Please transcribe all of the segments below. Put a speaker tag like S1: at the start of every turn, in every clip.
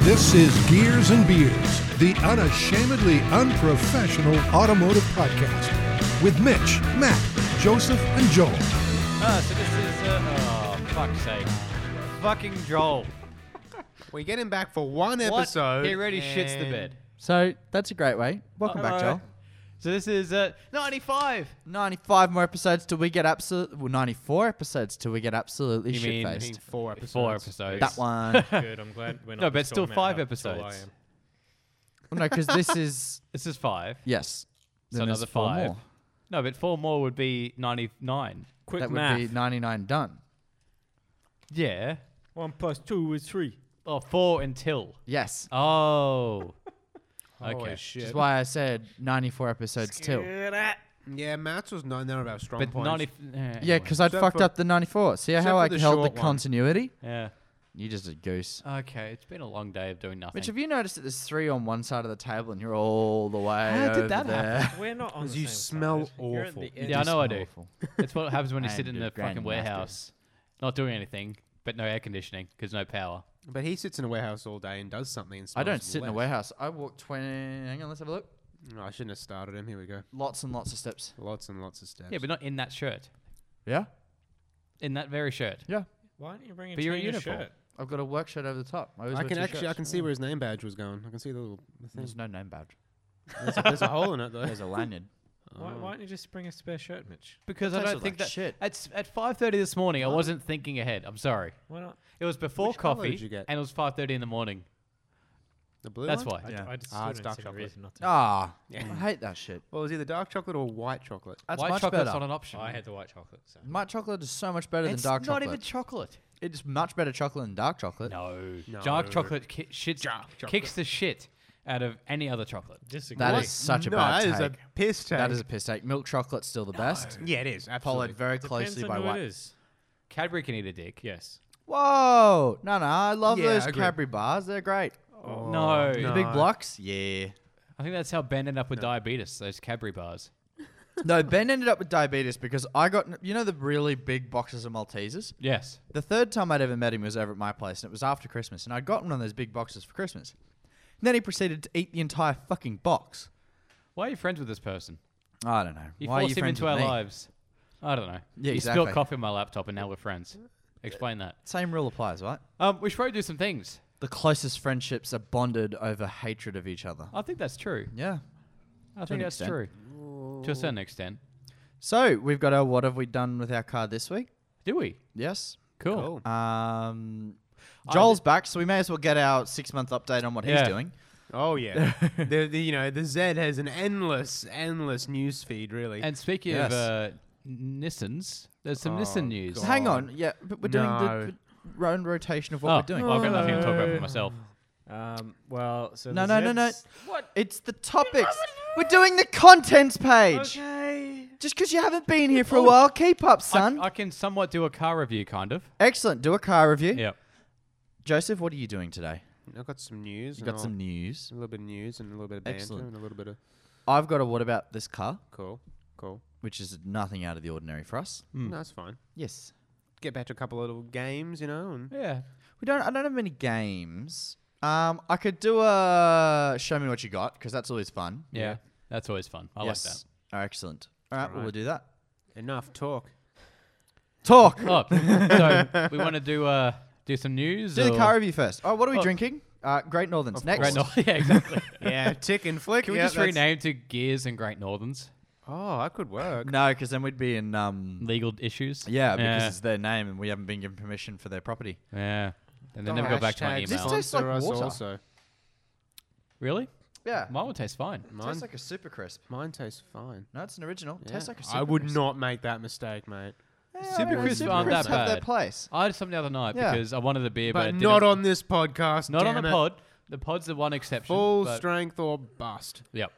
S1: This is Gears and Beers, the unashamedly unprofessional automotive podcast with Mitch, Matt, Joseph, and Joel.
S2: Uh, so this is, uh, oh, fuck's sake. Fucking Joel.
S3: We get him back for one
S2: What?
S3: episode.
S2: He really shits the
S3: and-
S2: bed.
S4: So that's a great way. Welcome back, Joel.
S2: So this is, uh, 95.
S4: 95 more episodes till we get absolutely. Well, 94 episodes till we get absolutely
S2: You mean-
S4: shit
S3: I mean,
S4: faced.
S3: four episodes.
S2: Four episodes.
S4: That one.
S3: Good. I'm glad we're not.
S2: No, but it's
S3: just
S2: still
S3: talking about
S2: five
S3: how tall I
S2: episodes.
S3: am.
S4: no, because this is.
S2: This is five.
S4: Yes.
S2: So
S4: Then there's
S2: another
S4: four
S2: five.
S4: more.
S2: No, but four more would be 99.
S3: Quick
S4: That would
S3: math.
S4: be 99 done.
S2: Yeah.
S3: One plus two is three.
S2: Oh, four until.
S4: Yes.
S2: Oh.
S3: Holy
S2: okay.
S3: shit.
S4: Which is why I said 94 episodes till.
S5: Yeah, Matt's was none, none of our strong
S2: But eh,
S5: points.
S2: 90.
S4: Yeah, because I'd
S5: Except
S4: fucked
S5: for-
S4: up the 94. See
S5: except
S4: how
S5: for
S4: I
S5: the
S4: held the
S5: short one.
S4: continuity?
S2: Yeah. Oh,
S4: You're just a goose.
S2: Okay, it's been a long day of doing nothing.
S4: Which have you noticed that there's three on one side of the table and you're all the way
S2: How did
S4: over
S2: that
S4: there?
S2: happen?
S3: We're not on.
S5: Because
S3: the
S5: you
S3: same
S5: smell
S3: side. You're at the
S5: awful.
S3: end.
S2: Yeah, I know I do.
S4: Awful.
S2: It's what happens when you
S4: I
S2: sit
S4: am
S2: in the
S4: the
S2: fucking
S4: grandmaster.
S2: warehouse, not doing anything, but no air conditioning because no power.
S5: but he sits in a warehouse all day and does something. And
S4: I
S5: smells
S4: don't sit in a
S5: wet.
S4: warehouse. I walk 20. Hang on, let's have a look.
S5: No, I shouldn't have started him. Here we go.
S4: Lots and lots of steps.
S5: Lots and lots of steps.
S2: Yeah, but not in that shirt.
S4: Yeah?
S2: In that very shirt.
S4: Yeah.
S3: Why don't you bring a
S2: But you're in
S3: change of
S2: uniform.
S3: shirt?
S4: I've got a work shirt over the top. I, always
S5: I
S4: wear
S5: can
S4: two
S5: actually, I
S4: shirts.
S5: can see where his name badge was going. I can see the little thing.
S4: There's no name badge.
S5: There's a, there's a hole in it though.
S4: There's a lanyard.
S3: Why, why don't you just bring a spare shirt, Mitch?
S2: Because I
S4: Tastes
S2: don't
S4: like
S2: think that
S4: shit.
S2: at s- at five thirty this morning I wasn't thinking ahead. I'm sorry.
S3: Why not?
S2: It was before
S5: Which colour
S2: coffee
S5: did you get?
S2: and it was five thirty in the morning.
S5: The blue.
S2: That's
S5: one?
S2: why.
S4: Yeah.
S3: I just
S5: Ah,
S3: still
S5: it's
S3: don't
S5: dark
S3: see the
S5: chocolate.
S3: reason not to.
S4: Ah,
S5: Yeah.
S4: I hate that shit.
S5: Well, it was either dark chocolate or white chocolate.
S4: That's
S2: White
S4: much
S2: chocolate's
S4: better.
S2: not an option.
S3: I had the white chocolate. So.
S4: My chocolate is so much better
S2: it's
S4: than dark
S2: not
S4: chocolate.
S2: even chocolate.
S4: it's much better chocolate than dark chocolate.
S2: No.
S5: No.
S2: Dark chocolate ki- shits, kicks the shit out of any other chocolate.
S3: Disagree.
S4: That is such a
S5: no,
S4: bad
S5: that is a
S4: take.
S5: piss take.
S4: That is a piss take. Milk chocolate's still the best.
S5: yeah, it is. Absolutely.
S4: Followed very
S3: Depends
S4: closely
S3: on
S4: by
S3: who
S4: white.
S3: it is.
S2: Cadbury can eat a dick.
S3: Yes.
S4: Whoa! No, no, I love
S5: Yeah,
S4: those
S5: agreed.
S4: Cadbury bars. They're great. Oh,
S2: no.
S4: The big blocks. Yeah.
S2: I think that's how Ben ended up with diabetes, those Cadbury bars.
S4: No, Ben ended up with diabetes because I got you know the really big boxes of Maltesers.
S2: Yes.
S4: The third time I'd ever met him was over at my place, and it was after Christmas, and I'd gotten one of those big boxes for Christmas. And then he proceeded to eat the entire fucking box.
S2: Why are you friends with this person?
S4: I don't know.
S2: You
S4: Why are
S2: forced
S4: you
S2: him
S4: friends
S2: into our
S4: with me?
S2: lives. I don't know.
S4: Yeah,
S2: you spilled
S4: exactly.
S2: coffee on my laptop and now we're friends. Explain that.
S4: Same rule applies, right?
S2: Um, we should probably do some things.
S4: The closest friendships are bonded over hatred of each other.
S2: I think that's true.
S4: Yeah.
S2: I
S4: an
S2: think that's
S4: extent.
S2: true. To a certain extent.
S4: So we've got our what have we done with our card this week?
S2: Do we?
S4: Yes.
S2: Cool.
S5: Cool.
S4: Um, Joel's back, so we may as well get our six month update on what
S2: Yeah.
S4: he's doing.
S5: Oh yeah. the, the you know the Z has an endless endless news feed really.
S2: And speaking
S4: Yes. Oh,
S2: of uh, Nissans, there's some Nissan news.
S5: God.
S4: Hang on, yeah, but we're
S5: No.
S4: doing the, the round rotation of what
S2: Oh,
S4: we're doing. Oh.
S2: well, I've got nothing to talk about for myself.
S3: Um, well, so
S4: No,
S3: the
S4: no, no, no.
S3: Zeds-
S4: What? It's the topics. We're doing the contents page.
S3: Okay.
S4: Just because you haven't been here for a while, keep up, son.
S2: I, I can somewhat do a car review, kind of.
S4: Excellent. Do a car review.
S2: Yep.
S4: Joseph, what are you doing today?
S5: I've got some news.
S4: You
S5: and
S4: got
S5: I'll-
S4: some news.
S5: a little bit of news and a little bit of banter
S4: Excellent.
S5: and a little bit of
S4: I've got a what about this car,
S5: cool, cool.
S4: which is nothing out of the ordinary for us.
S2: Hmm.
S5: No, that's fine.
S4: Yes.
S5: Get back to a couple of little games, you know. And
S2: Yeah.
S4: We don't. I don't have many games. Um, I could do a show me what you got because that's always fun.
S2: Yeah. That's always fun. I
S4: Oh, excellent. All right, well, we'll do that.
S5: enough talk.
S4: Talk.
S2: like that. Oh, so we want to do uh, do some news.
S4: Do the
S2: or-
S4: car review first. Oh, what are we
S2: Oh.
S4: drinking? Uh, Great Northerns next.
S2: Great North. Yeah, exactly.
S5: yeah, tick and flick.
S2: Can we
S5: yeah,
S2: just
S5: that's-
S2: rename to Gears and Great Northerns?
S5: Oh, that could work.
S4: No, because then we'd be in. Um,
S2: Legal issues.
S4: yeah, because
S2: yeah.
S4: it's their name and we haven't been given permission for their property.
S2: Yeah. And they never go back to my
S5: Hashtag
S2: email.
S4: This tastes like
S5: sponsor us
S4: water.
S5: Also,
S2: really?
S4: Yeah.
S2: Mine would taste fine.
S5: mine,
S4: tastes like a super crisp.
S5: mine tastes fine.
S4: No, it's an original.
S5: Yeah.
S4: Tastes like a super
S5: I would
S4: crisp.
S5: not make that mistake, mate.
S4: Yeah,
S2: Super
S4: I don't know,
S2: crisps
S4: super
S2: aren't
S4: crisps
S2: that
S4: have their
S2: bad.
S4: place.
S2: I had some the other night
S4: Yeah.
S2: because I wanted a beer, but,
S5: But
S2: it
S5: not
S2: didn't-
S5: on this podcast.
S2: not on the
S5: damn it.
S2: pod. The pod's the one exception.
S5: Full
S2: but-
S5: strength or bust.
S2: Yep.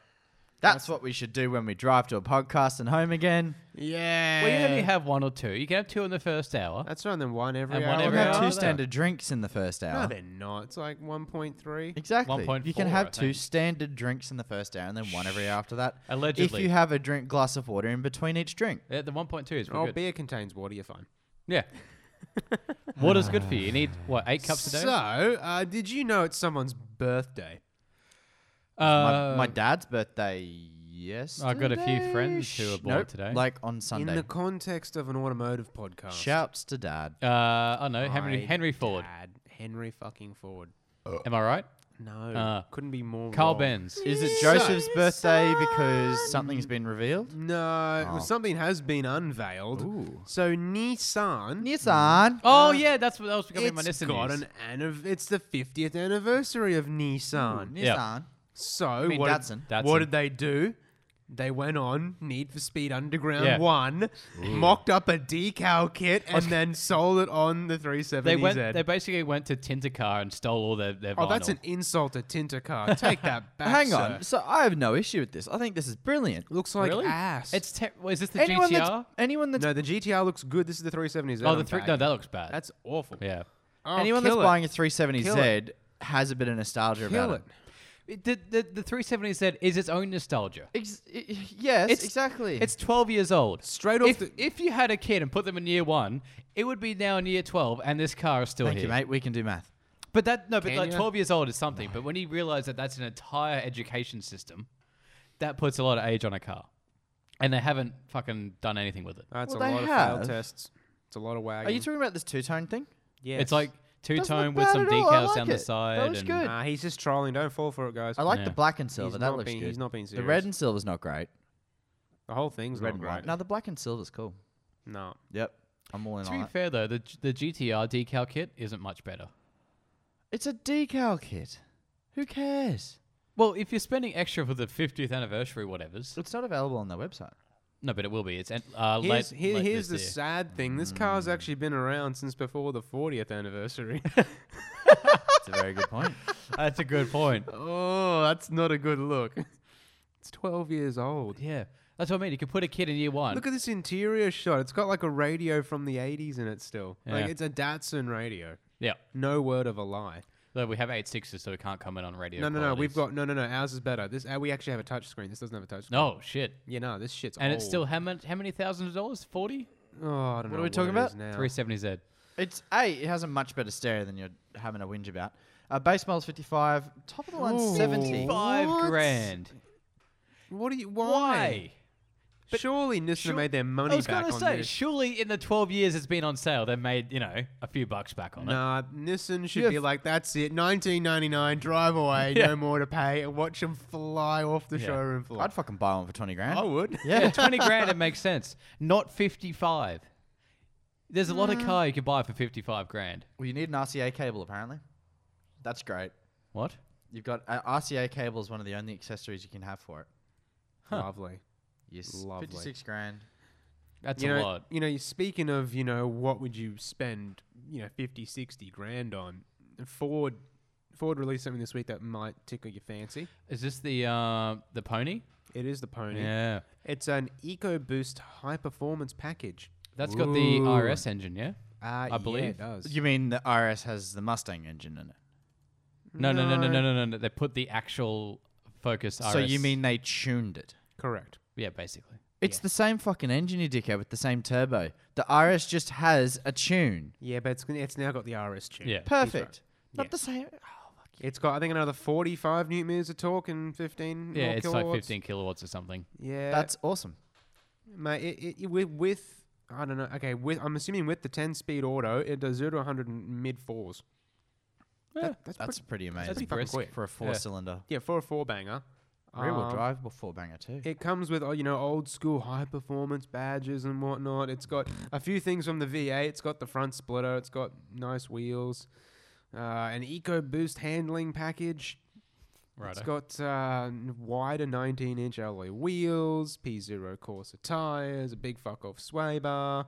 S4: That's what we should do when we drive to a podcast and home again.
S5: Yeah.
S2: Well, you only have one or two. You can have two in the first hour.
S5: That's right. Then one every
S2: And
S5: hour.
S2: one
S4: We'll
S2: every
S4: have
S2: hour.
S4: two
S2: there.
S4: standard drinks in the first hour.
S5: No, they're not. It's like one point three.
S4: Exactly. You can
S2: 1.4, I
S4: have two
S2: think.
S4: standard drinks in the first hour and then one every hour after that. If
S2: Allegedly.
S4: you have a drink glass of water in between each drink.
S2: Uh, the 1.2 is real
S5: Oh,
S2: good.
S5: beer contains water. You're fine.
S2: Yeah. Water's good for you. You need what eight cups a day.
S5: So, uh, did you know it's someone's birthday?
S4: my,
S2: uh,
S4: my dad's birthday. Yes.
S2: I've got a few friends who are born
S4: nope,
S2: today.
S4: Like on
S5: In
S4: Sunday.
S5: the context of an automotive podcast.
S4: Shouts to dad.
S2: uh, I know Henry
S5: My
S2: Henry Ford.
S5: dad, Henry fucking Ford.
S2: Am I right?
S5: No,
S2: Uh,
S5: couldn't be more.
S2: Carl
S5: wrong.
S2: Benz.
S4: Is it Joseph's birthday because something's been revealed?
S5: No,
S4: Oh.
S5: well, something has been unveiled.
S4: Ooh.
S5: So Nissan.
S4: Nissan.
S2: Oh yeah, that's what that was going to be my
S5: uh, It's
S2: Nissan.
S5: got
S2: news.
S5: an anniv- It's the 50th anniversary of Nissan.
S2: Yeah.
S4: Nissan.
S5: So
S4: mean
S5: what,
S4: Datsun.
S5: Did, what
S2: Datsun.
S5: did they do? They went on Need for Speed Underground
S2: Yeah.
S5: 1, mocked up a decal kit, and then sold it on the 370Z.
S2: They went. They basically went to Tintercar and stole all their their.
S5: E oh, that's
S2: vinyl.
S5: an insult to Tinter car. Take that back.
S4: Hang
S5: sir.
S4: on. So I have no issue with this. I think this is brilliant.
S5: Looks like
S2: really
S5: ass.
S2: It's te- well, is this the
S4: anyone
S2: GTR?
S4: that's anyone that's
S5: no, the GTR looks good. This is the 370Z.
S2: Oh, the
S5: I'm
S2: three. No,
S5: bagging.
S2: that looks bad.
S5: That's awful.
S2: yeah.
S5: Oh,
S4: anyone that's
S5: kill it.
S4: buying a
S5: Kill
S4: 370Z
S5: it.
S4: has a bit of nostalgia
S5: kill it.
S4: about it.
S2: It- The, the, the 370 Z is its own nostalgia.
S4: Ex- i- yes,
S2: It's-
S4: exactly.
S2: It's 12 years old.
S5: Straight off
S2: If,
S5: the.
S2: if you had a kid and put them in year one, it would be now in year 12, and this car is still
S4: Thank
S2: here.
S4: you, mate. We can do math.
S2: But that no, but
S5: Can
S2: like
S5: ya?
S2: 12 years old is something. But when you realize that that's an entire education system, that puts a lot of age on a car, and they haven't fucking done anything with it.
S5: That's
S4: Well,
S5: a
S4: they
S5: lot of
S4: have.
S5: failed tests. It's a lot of wagging.
S4: Are you talking about this two-tone thing?
S5: Yes.
S2: It's like two
S4: Doesn't look
S2: tone with
S4: bad
S2: some
S4: at all. I
S2: decals
S4: like
S2: down
S4: it.
S2: the
S4: That
S2: side.
S4: was
S2: and-
S4: good.
S5: Nah, he's just trolling. Don't fall for it, guys.
S4: I like
S2: Yeah.
S4: the black and silver. that
S5: not
S4: looks
S5: being-
S4: good.
S5: he's not being
S4: The red
S5: serious.
S4: and silver's not great.
S5: the whole thing's
S4: Red
S5: not
S4: and
S5: right.
S4: white. No, the black and silver's cool.
S5: No.
S4: Yep. I'm all in
S2: To
S4: on
S2: be
S4: it.
S2: fair though, the the GTR decal kit isn't much better.
S4: It's a decal kit. Who cares?
S2: Well, if you're spending extra for the 50th anniversary, whatever's.
S4: It's not available on their website.
S2: No, but it will be. It's en- uh,
S5: Here's,
S2: late,
S5: here,
S2: late
S5: here's the
S2: this Hmm. year.
S5: sad thing. This car's actually been around since before the 40th anniversary.
S4: It's a very good point.
S2: That's a good point.
S5: oh, that's not a good look. It's 12 years old.
S2: Yeah, that's what I mean. You could put a kid in year one.
S5: Look at this interior shot. It's got like a radio from the 80s in it still.
S2: Yeah.
S5: Like it's a Datsun radio.
S2: yeah,
S5: No word of a lie.
S2: though we have eight sixes, so we can't comment on radio.
S5: no, no, no. We've
S2: qualities.
S5: got no, no, no. Ours is better. This uh, we actually have a touch screen. This doesn't have a touch screen.
S2: No shit,
S5: Yeah, no. This shit's
S2: and
S5: old.
S2: it's still how much? How many thousands of dollars? Forty.
S5: Oh, I don't know.
S4: are we talking
S5: it is
S4: about?
S5: Now.
S2: Three seventy Z.
S4: It's A, it has a much better stereo than you're having a whinge about. Uh, base model's 55, top of the line 70.
S2: Five
S5: What?
S2: grand.
S5: What are you? Why? surely Nissan
S2: Sure-
S5: made their money
S2: I was
S5: back
S2: gonna
S5: on
S2: say,
S5: this.
S2: surely in the twelve years it's been on sale, they made you know a few bucks back on it.
S5: Nah, Nissan should
S4: Yeah,
S5: be
S4: f-
S5: like, that's it, 1999, drive away,
S2: Yeah.
S5: no more to pay, and watch them fly off the
S2: Yeah.
S5: showroom floor.
S4: I'd fucking buy one for 20 grand.
S5: I
S2: Oh.
S5: would.
S2: Yeah, twenty grand it makes sense. Not fifty-five. There's a lot of car you can buy for fifty-five grand.
S4: Well, you need an RCA cable, apparently. That's great.
S2: What?
S4: You've got uh, RCA cable is one of the only accessories you can have for it.
S5: Lovely.
S4: Yes.
S5: Lovely.
S4: 56 grand.
S2: That's
S5: you
S2: a
S5: know,
S2: lot.
S5: You know, you're speaking of, you know, what would you spend, you know, 50, 60 grand on? Ford Ford released something this week that might tickle your fancy.
S2: Is this the uh, the pony?
S5: It is the Pony.
S2: Yeah.
S5: It's an EcoBoost high performance package.
S2: That's got the
S5: Ooh.
S2: RS engine, yeah?
S5: Uh,
S2: I believe.
S5: yeah, it does.
S4: You mean the RS has the Mustang engine in it?
S2: No, no, no, no, no, no, no. no. They put the actual Focus RS.
S4: So you mean they tuned it?
S5: Correct.
S2: Yeah, basically.
S4: It's the same fucking engine, you dickhead, with the same turbo. The RS just has a tune.
S5: Yeah, but it's, it's now got the RS tune.
S2: Yeah.
S4: Perfect. Not
S5: Yeah.
S4: the same.
S5: It's got, I think, another 45 newton meters of torque and 15.
S2: Yeah,
S5: more
S2: it's
S5: kilowatts.
S2: like 15 kilowatts or something.
S5: Yeah,
S4: That's awesome.
S5: mate. It, it, it, with, with I don't know. Okay, with I'm assuming with the 10 speed auto, it does zero to 100 in mid fours.
S2: Yeah.
S5: That- that's
S4: That's
S5: pretty,
S4: pretty amazing.
S5: pretty fucking
S2: brisk.
S5: quick.
S4: for a four cylinder.
S5: yeah for a four banger.
S4: Rear wheel
S5: Um,
S4: drive before banger too.
S5: It comes with oh, you know old school high performance badges and whatnot. It's got a few things from the V8. It's got the front splitter. It's got nice wheels. Uh, an EcoBoost handling package.
S2: Right.
S5: It's got uh, n- wider 19 inch alloy wheels, P0 Corsa tyres, a big fuck off sway bar,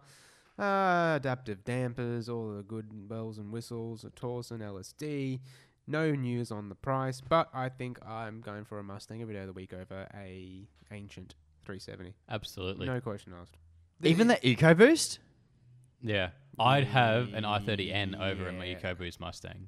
S5: uh, adaptive dampers, all the good bells and whistles, a Torsen LSD. No news on the price, but I think I'm going for a Mustang every day of the week over a ancient 370.
S2: Absolutely.
S5: No question asked.
S4: Even the EcoBoost.
S2: Yeah. I'd have an i30N over an
S5: Yeah.
S2: EcoBoost Mustang.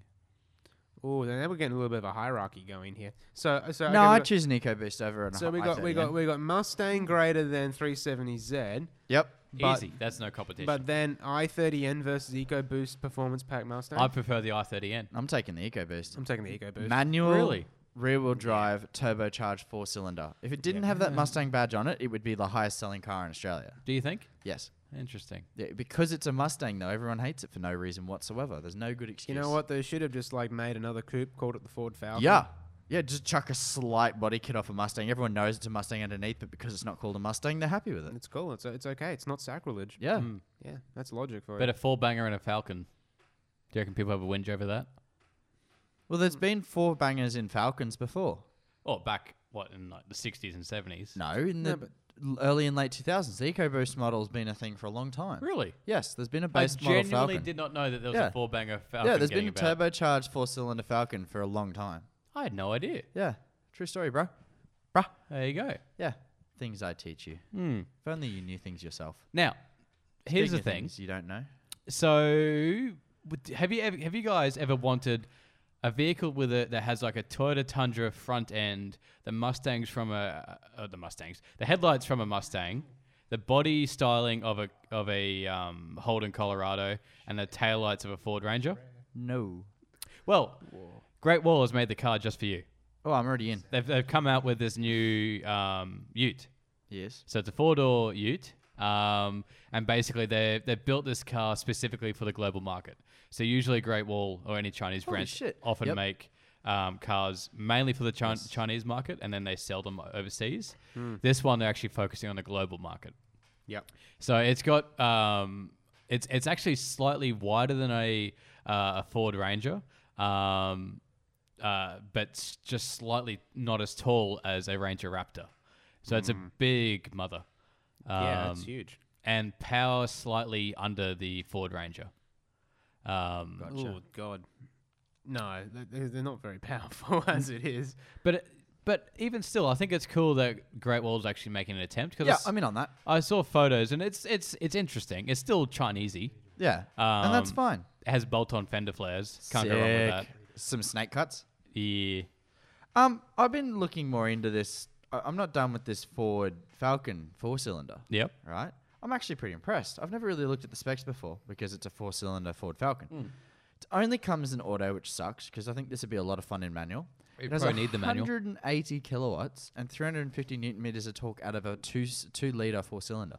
S5: Oh, then we're getting a little bit of a hierarchy going here. So, so
S4: no,
S5: okay,
S4: I
S5: we got-
S4: choose an EcoBoost over an.
S5: so we got we got we got Mustang greater than 370Z.
S4: Yep.
S5: But-
S2: Easy. That's no competition.
S5: But then i30N versus EcoBoost Performance Pack Mustang.
S2: I prefer the i30N.
S4: I'm taking the EcoBoost.
S5: I'm taking the EcoBoost.
S4: Manual,
S2: Really?
S4: rear-wheel drive, turbocharged four-cylinder. If it didn't have that Mustang badge on it, it would be the highest-selling car in Australia.
S2: Do you think?
S4: Yes.
S2: Interesting.
S4: Yeah, because it's a Mustang, though, everyone hates it for no reason whatsoever. There's no good
S5: you
S4: excuse.
S5: know what? They should have just like made another coupe, called it the Ford Falcon.
S4: Yeah. Yeah, just chuck a slight body kit off a Mustang. Everyone knows it's a Mustang underneath, but because it's not called a Mustang, they're happy with it.
S5: It's cool. It's, it's okay. It's not sacrilege.
S4: Yeah.
S5: Yeah, that's logic for
S2: But
S5: you.
S2: a four banger and a falcon. Do you reckon people have a whinge over that?
S4: Well, there's been four bangers in Falcons before.
S2: Or Oh, back what in like the sixties and seventies?
S4: No, in the l- early and late 2000s, the EcoBoost model's been a thing for a long time.
S2: Really?
S4: Yes, there's been a
S2: I
S4: base model
S2: genuinely
S4: Falcon.
S2: did not know that there was
S4: Yeah.
S2: a four banger falcon.
S4: yeah, there's been
S2: getting
S4: a
S2: about.
S4: turbocharged four-cylinder Falcon for a long time.
S2: I had no idea.
S4: Yeah, true story, bro. Bruh.
S2: There you go.
S4: Yeah, things I teach you. If only you knew things yourself.
S2: Now, Hmm. here's
S4: Speaking
S2: the
S4: of
S2: thing.
S4: things you don't know.
S2: So, would- have you ever, have you guys ever wanted a vehicle with a that has like a Toyota Tundra front end, the Mustangs from a uh, the Mustangs, the headlights from a Mustang, the body styling of a of a um, Holden Colorado, and the taillights of a Ford Ranger?
S4: No.
S2: Well, Great Wall has made the car just for you.
S4: Oh, I'm already in.
S2: They've, they've come out with this new um, Ute.
S4: Yes.
S2: So it's a four door Ute, um, and basically they they built this car specifically for the global market. So usually Great Wall or any Chinese
S4: Holy
S2: brands
S4: shit.
S2: often
S4: Yep.
S2: make um, cars mainly for the Chi- Chinese market, and then they sell them overseas.
S4: Hmm.
S2: This one they're actually focusing on the global market.
S5: yep.
S2: So it's got um, it's it's actually slightly wider than a uh, a Ford Ranger, um, uh, but s- just slightly not as tall as a Ranger Raptor. So it's a big mother.
S5: yeah,
S2: Um,
S5: it's huge.
S2: And power slightly under the Ford Ranger. Um,
S5: Oh God. No, th- th- they're not very powerful as it is.
S2: But it, but even still, I think it's cool that Great Wall's actually making an attempt
S4: Yeah,
S2: because
S4: I'm in on that.
S2: I saw photos and it's it's it's interesting. It's still Chinesey.
S4: Yeah. and that's
S2: Um,
S4: fine.
S2: It has bolt-on fender flares. Can't go wrong with that.
S4: Some snake cuts.
S2: Yeah.
S4: Um, I've been looking more into this. I- I'm not done with this Ford Falcon four cylinder.
S2: Yep.
S4: Right. I'm actually pretty impressed. I've never really looked at the specs before because it's a four cylinder Ford Falcon.
S2: Hmm.
S4: It only comes in auto, which sucks because I think this would be a lot of fun in manual.
S2: You probably need the manual.
S4: 180 kilowatts and 350 newton meters of torque out of a two s- two liter four cylinder.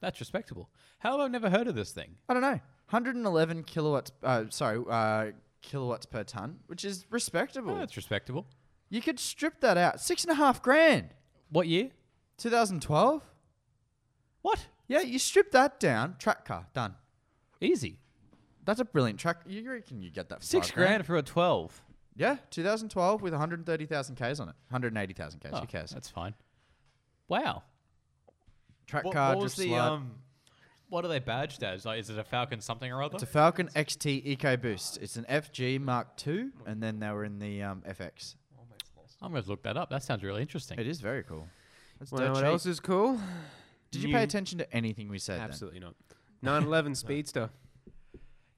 S2: That's respectable. How have I never heard of this thing?
S4: I don't know. 111 kilowatts. Uh, sorry, uh, kilowatts per ton, which is respectable.
S2: Oh, that's respectable.
S4: you could strip that out. Six and a half grand.
S2: What year?
S4: 2012.
S2: What?
S4: Yeah, you strip that down. Track car done.
S2: Easy.
S4: That's a brilliant track. You reckon you get that for
S2: Six
S4: five
S2: grand for a 12.
S4: Yeah, 2012 with 130,000 k's on it. 180,000 k's.
S2: Oh,
S4: Who cares?
S2: That's fine. Wow.
S4: Track car just slide.
S2: um, what are they badged as? Like, is it a Falcon something or other?
S4: It's a Falcon XT EcoBoost. It's an FG Mark II, and then they were in the um, FX.
S2: I'm going to look that up. That sounds really interesting.
S4: It is very cool. That's
S5: Well,
S4: dirt
S5: what
S4: cheap.
S5: else is cool?
S4: Did you pay attention to anything we said? then?
S5: Absolutely not. 911 Speedster.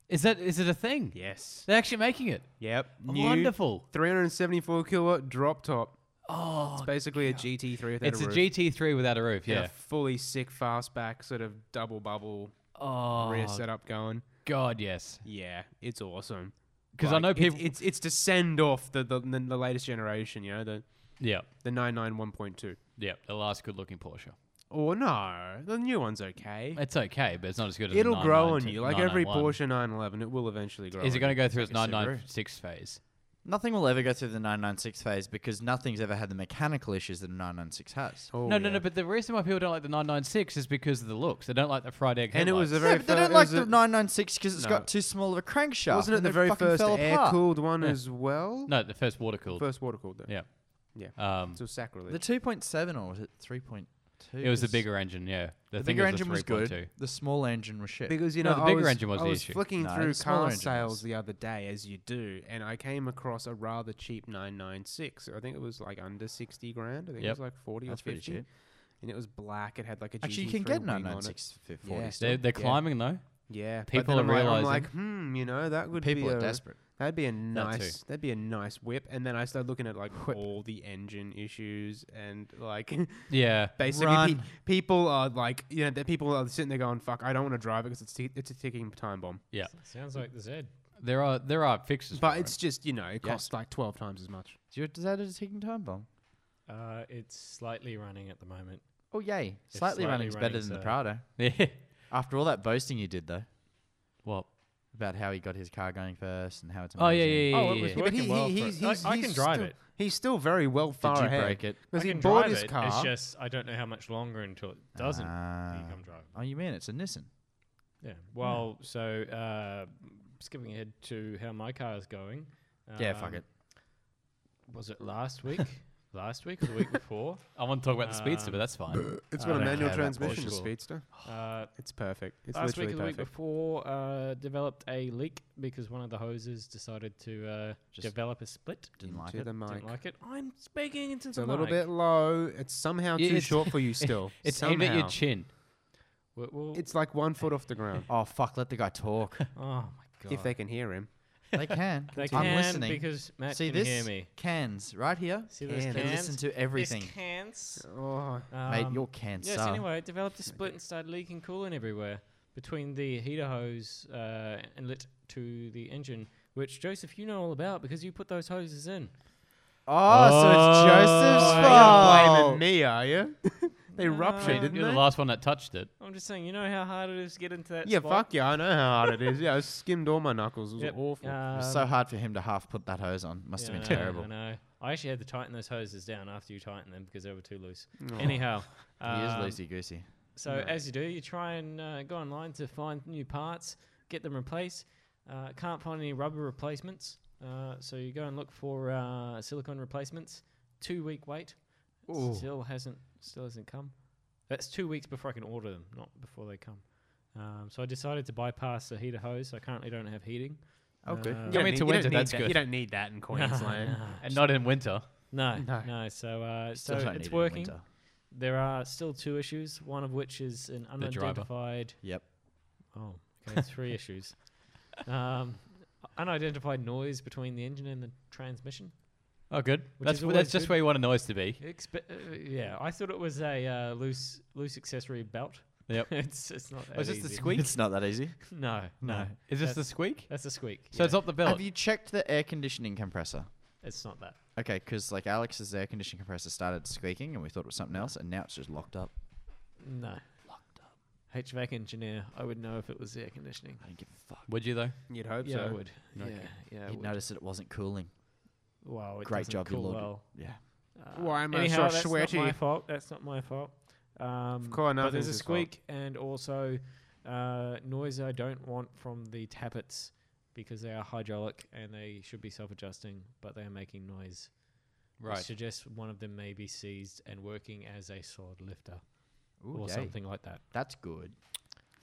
S2: Is that is it a thing?
S5: Yes.
S2: They're actually making it.
S5: Yep.
S2: Wonderful.
S5: 374 kilowatt drop top.
S2: Oh,
S5: It's basically a GT3 without
S2: it's
S5: a
S2: a
S5: roof.
S2: GT3 without a roof.
S5: And
S2: Yeah.
S5: a fully sick fastback sort of double bubble
S2: Oh,
S5: rear setup going.
S2: God, yes.
S5: Yeah, it's awesome.
S2: Because I
S5: Like,
S2: know
S5: it's-
S2: people.
S5: It's it's to send off the the, the, the latest generation. You know the
S2: yeah.
S5: the 991.2.
S2: Yeah. The last good looking Porsche.
S5: Or Oh, no, the new one's okay.
S2: It's okay, but it's not as good as the
S5: It'll grow on
S2: 992
S5: you like every
S2: 991.
S5: Porsche 911. It will eventually grow.
S2: Is it
S5: on
S2: going to
S5: you.
S2: go through its
S4: Like a Subaru.
S2: 996 phase?
S4: Nothing will ever go through the 996 phase because nothing's ever had the mechanical issues that a 996 has.
S5: Oh,
S2: no, no,
S5: yeah.
S2: no. But the reason why people don't like the 996 is because of the looks. They don't like the fried egg.
S5: And it was a
S2: headlights.
S5: very
S4: yeah, but they
S5: fir-
S4: don't
S5: it
S4: like
S5: was
S4: the
S5: a-
S4: 996 because it's
S5: No.
S4: got too small of a crankshaft.
S5: Wasn't it
S4: and
S5: the
S4: they
S5: very
S4: fucking
S5: first
S4: fell
S5: air
S4: apart.
S5: cooled one as well?
S2: no, the first water cooled.
S5: First water cooled though.
S2: Yeah.
S5: Yeah.
S2: Um,
S5: So sacrilege.
S4: The 2.7 or was it 3.2?
S2: it was the bigger engine. Yeah, the,
S4: The
S2: thing
S4: bigger
S2: the
S4: engine was good.
S2: 3.2.
S4: The small engine was shit.
S5: Because you
S2: No,
S5: know,
S2: the
S5: I
S2: bigger
S5: was,
S2: engine was
S5: I
S2: the
S5: was
S2: issue.
S5: flicking
S4: No,
S5: through
S4: the smaller
S5: car
S4: engine
S5: sales
S4: was.
S5: the other day, as you do, and I came across a rather cheap 996. I think it was like under 60 grand. I
S2: Yep.
S5: think it was like 40
S4: That's
S5: or 50.
S4: pretty cheap.
S5: And it was black. It had like a
S4: Actually, you
S5: GT3
S4: can get
S5: wing on it.
S4: 996 for 40
S5: Yeah.
S4: still.
S2: They're, they're
S5: Yeah.
S2: climbing though.
S5: Yeah, but
S2: People
S5: then
S2: are
S5: I'm like-
S2: realising-
S5: I'm like, hmm, you know, that would
S4: People
S5: be
S4: are
S5: a,
S4: desperate.
S5: That'd be
S2: That
S5: a
S2: too.
S5: nice. That'd be a nice whip. And then I started looking at like all the engine issues and like
S2: Yeah.
S5: basically pe-
S4: Run.
S5: people are like you know the people are sitting there going fuck I don't want to drive it because it's t- it's a ticking time bomb.
S2: Yeah.
S3: Sounds like the Z.
S2: There are there are fixes.
S5: But
S2: for
S5: it's
S2: it.
S5: just you know it costs like twelve times as much.
S4: Is, your, is that a ticking time bomb?
S3: Uh, it's slightly running at the moment.
S4: Oh yay!
S3: It's
S4: Slightly,
S3: slightly
S4: running's better
S3: running,
S4: than the
S3: so-
S4: Prado.
S2: yeah.
S4: After all that boasting you did though
S2: Well.
S4: about how he got his car going first and how it's
S2: Oh yeah,
S4: amazing.
S2: yeah, yeah.
S3: Oh, it
S2: yeah,
S3: was
S2: yeah.
S3: Working well for- I- I can drive
S5: still-
S3: it.
S5: He's still very well far
S4: you
S5: ahead.
S4: break it?
S5: Because
S3: I
S5: he
S3: can
S5: bought
S3: drive
S5: his
S3: it,
S5: car.
S3: It's just I don't know how much longer until it doesn't
S4: Ah.
S3: become drivable.
S4: Oh, you mean it's a Nissan?
S3: Yeah. Well, so uh, skipping ahead to how my car is going.
S4: yeah, fuck
S3: um,
S4: it.
S3: Was it last week? last week or the week before?
S2: I want to talk about the speedster,
S3: Um,
S2: but that's fine.
S5: it's
S3: I
S5: got a
S3: don't
S5: manual
S4: care about
S5: transmission
S4: Porsches.
S5: speedster.
S3: Uh,
S5: It's perfect. It's
S3: last week
S5: literally
S3: or the week
S5: perfect.
S3: before, uh, developed a leak because one of the hoses decided to uh,
S4: Just
S3: develop a split.
S4: Didn't like
S5: to
S4: it.
S5: the mic.
S3: Didn't like it. I'm speaking into
S5: It's a
S3: the
S5: little
S3: mic.
S5: bit low. It's somehow
S2: Yeah,
S5: too
S2: it's-
S5: short for you still.
S2: It's
S5: somehow.
S2: aimed at your chin.
S3: Well, well,
S5: It's like one foot off the ground.
S4: Oh fuck! Let the guy talk.
S3: oh my god.
S5: If they can hear him.
S4: they can.
S3: They
S4: I'm
S3: can
S4: listening.
S3: because Matt
S4: See
S3: can
S4: this
S3: hear me.
S4: cans right here.
S3: See those
S4: They
S3: cans?
S4: listen to
S3: This
S4: everything.
S3: cans.
S5: Oh,
S4: Mate,
S3: Um,
S4: your cancer.
S3: Yes, anyway, it developed a split and started leaking coolant everywhere between the heater hose uh, inlet to the engine, which, Joseph, you know all about because you put those hoses in.
S4: Oh, so it's Joseph's
S5: Oh,
S4: fault.
S5: You're blaming me, are you? they ruptured,
S3: No.
S5: didn't
S2: You're the
S5: they?
S2: last one that touched it.
S3: I'm just saying, you know how hard it is to get into that
S5: yeah,
S3: spot?
S5: fuck yeah, I know how hard it is. Yeah, I skimmed all my knuckles. It was
S3: Yep.
S5: awful.
S4: It
S3: Um,
S4: was so hard for him to half put that hose on. Must
S3: yeah,
S4: have
S3: I
S4: been
S3: know,
S4: terrible.
S3: I know. I actually had to tighten those hoses down after you tighten them because they were too loose.
S5: Oh.
S3: Anyhow. um,
S4: he is loosey goosey.
S3: So
S5: No.
S3: as you do, you try and uh, go online to find new parts, get them replaced. Uh, can't find any rubber replacements, uh, so you go and look for uh, silicone replacements. Two week wait. Still hasn't still hasn't come. That's two weeks before I can order them, not before they come. Um, so I decided to bypass the heater hose. So I currently don't have heating.
S4: Oh, good.
S5: You
S3: Uh,
S5: don't
S2: into
S5: need- you don't
S2: winter,
S5: need
S2: that's
S5: that-
S2: good.
S5: You don't need that in Queensland.
S2: And not in winter.
S3: no,
S5: No.
S3: no, So uh, so
S4: Still don't need
S3: it's
S4: it in
S3: working.
S4: winter.
S3: There are still two issues. One of which is an
S2: The driver.
S3: unidentified
S4: Yep.
S3: Oh, okay, three issues. Um, unidentified noise between the engine and the transmission.
S2: Oh, good.
S3: Which
S2: that's
S3: is
S2: wh- that's
S3: always
S2: just
S3: good.
S2: where you want a noise to be.
S3: Expe- uh, yeah, I thought it was a uh, loose loose accessory belt.
S2: Yep.
S3: it's it's not. That
S2: Was this the
S3: easy.
S2: squeak?
S4: It's not that easy.
S3: No, no,
S4: No.
S2: Is this the
S3: That's-
S2: squeak?
S3: that's a squeak.
S2: So it's
S3: yeah,
S2: up the belt.
S4: Have you checked the air conditioning compressor?
S3: it's not that.
S4: Okay, because like Alex's air conditioning compressor started squeaking, and we thought it was something else, and now it's just locked up.
S3: No, locked up. HVAC engineer, I would know if it was air conditioning.
S4: I don't give a fuck.
S2: Would you though?
S5: You'd hope
S3: yeah, I
S5: so.
S3: would.
S2: Okay.
S3: Yeah, yeah. I
S4: He
S3: would.
S4: noticed that it wasn't cooling.
S3: Wow, it
S4: Great
S3: doesn't
S4: job you
S3: cool
S4: logged it.
S3: well.
S4: Yeah.
S3: Uh,
S5: Why am I
S3: anyhow,
S5: so
S3: that's
S5: sweaty?
S3: Not my fault. That's not my fault. Um,
S5: Of course,
S3: but there's
S5: nothing's
S3: a
S5: his fault.
S3: squeak and also uh, noise I don't want from the tappets because they are hydraulic and they should be self-adjusting, but they are making noise. which
S2: Right.
S3: suggests one of them may be seized and working as a solid lifter
S4: Ooh,
S3: or
S4: yay.
S3: something like that.
S4: That's good.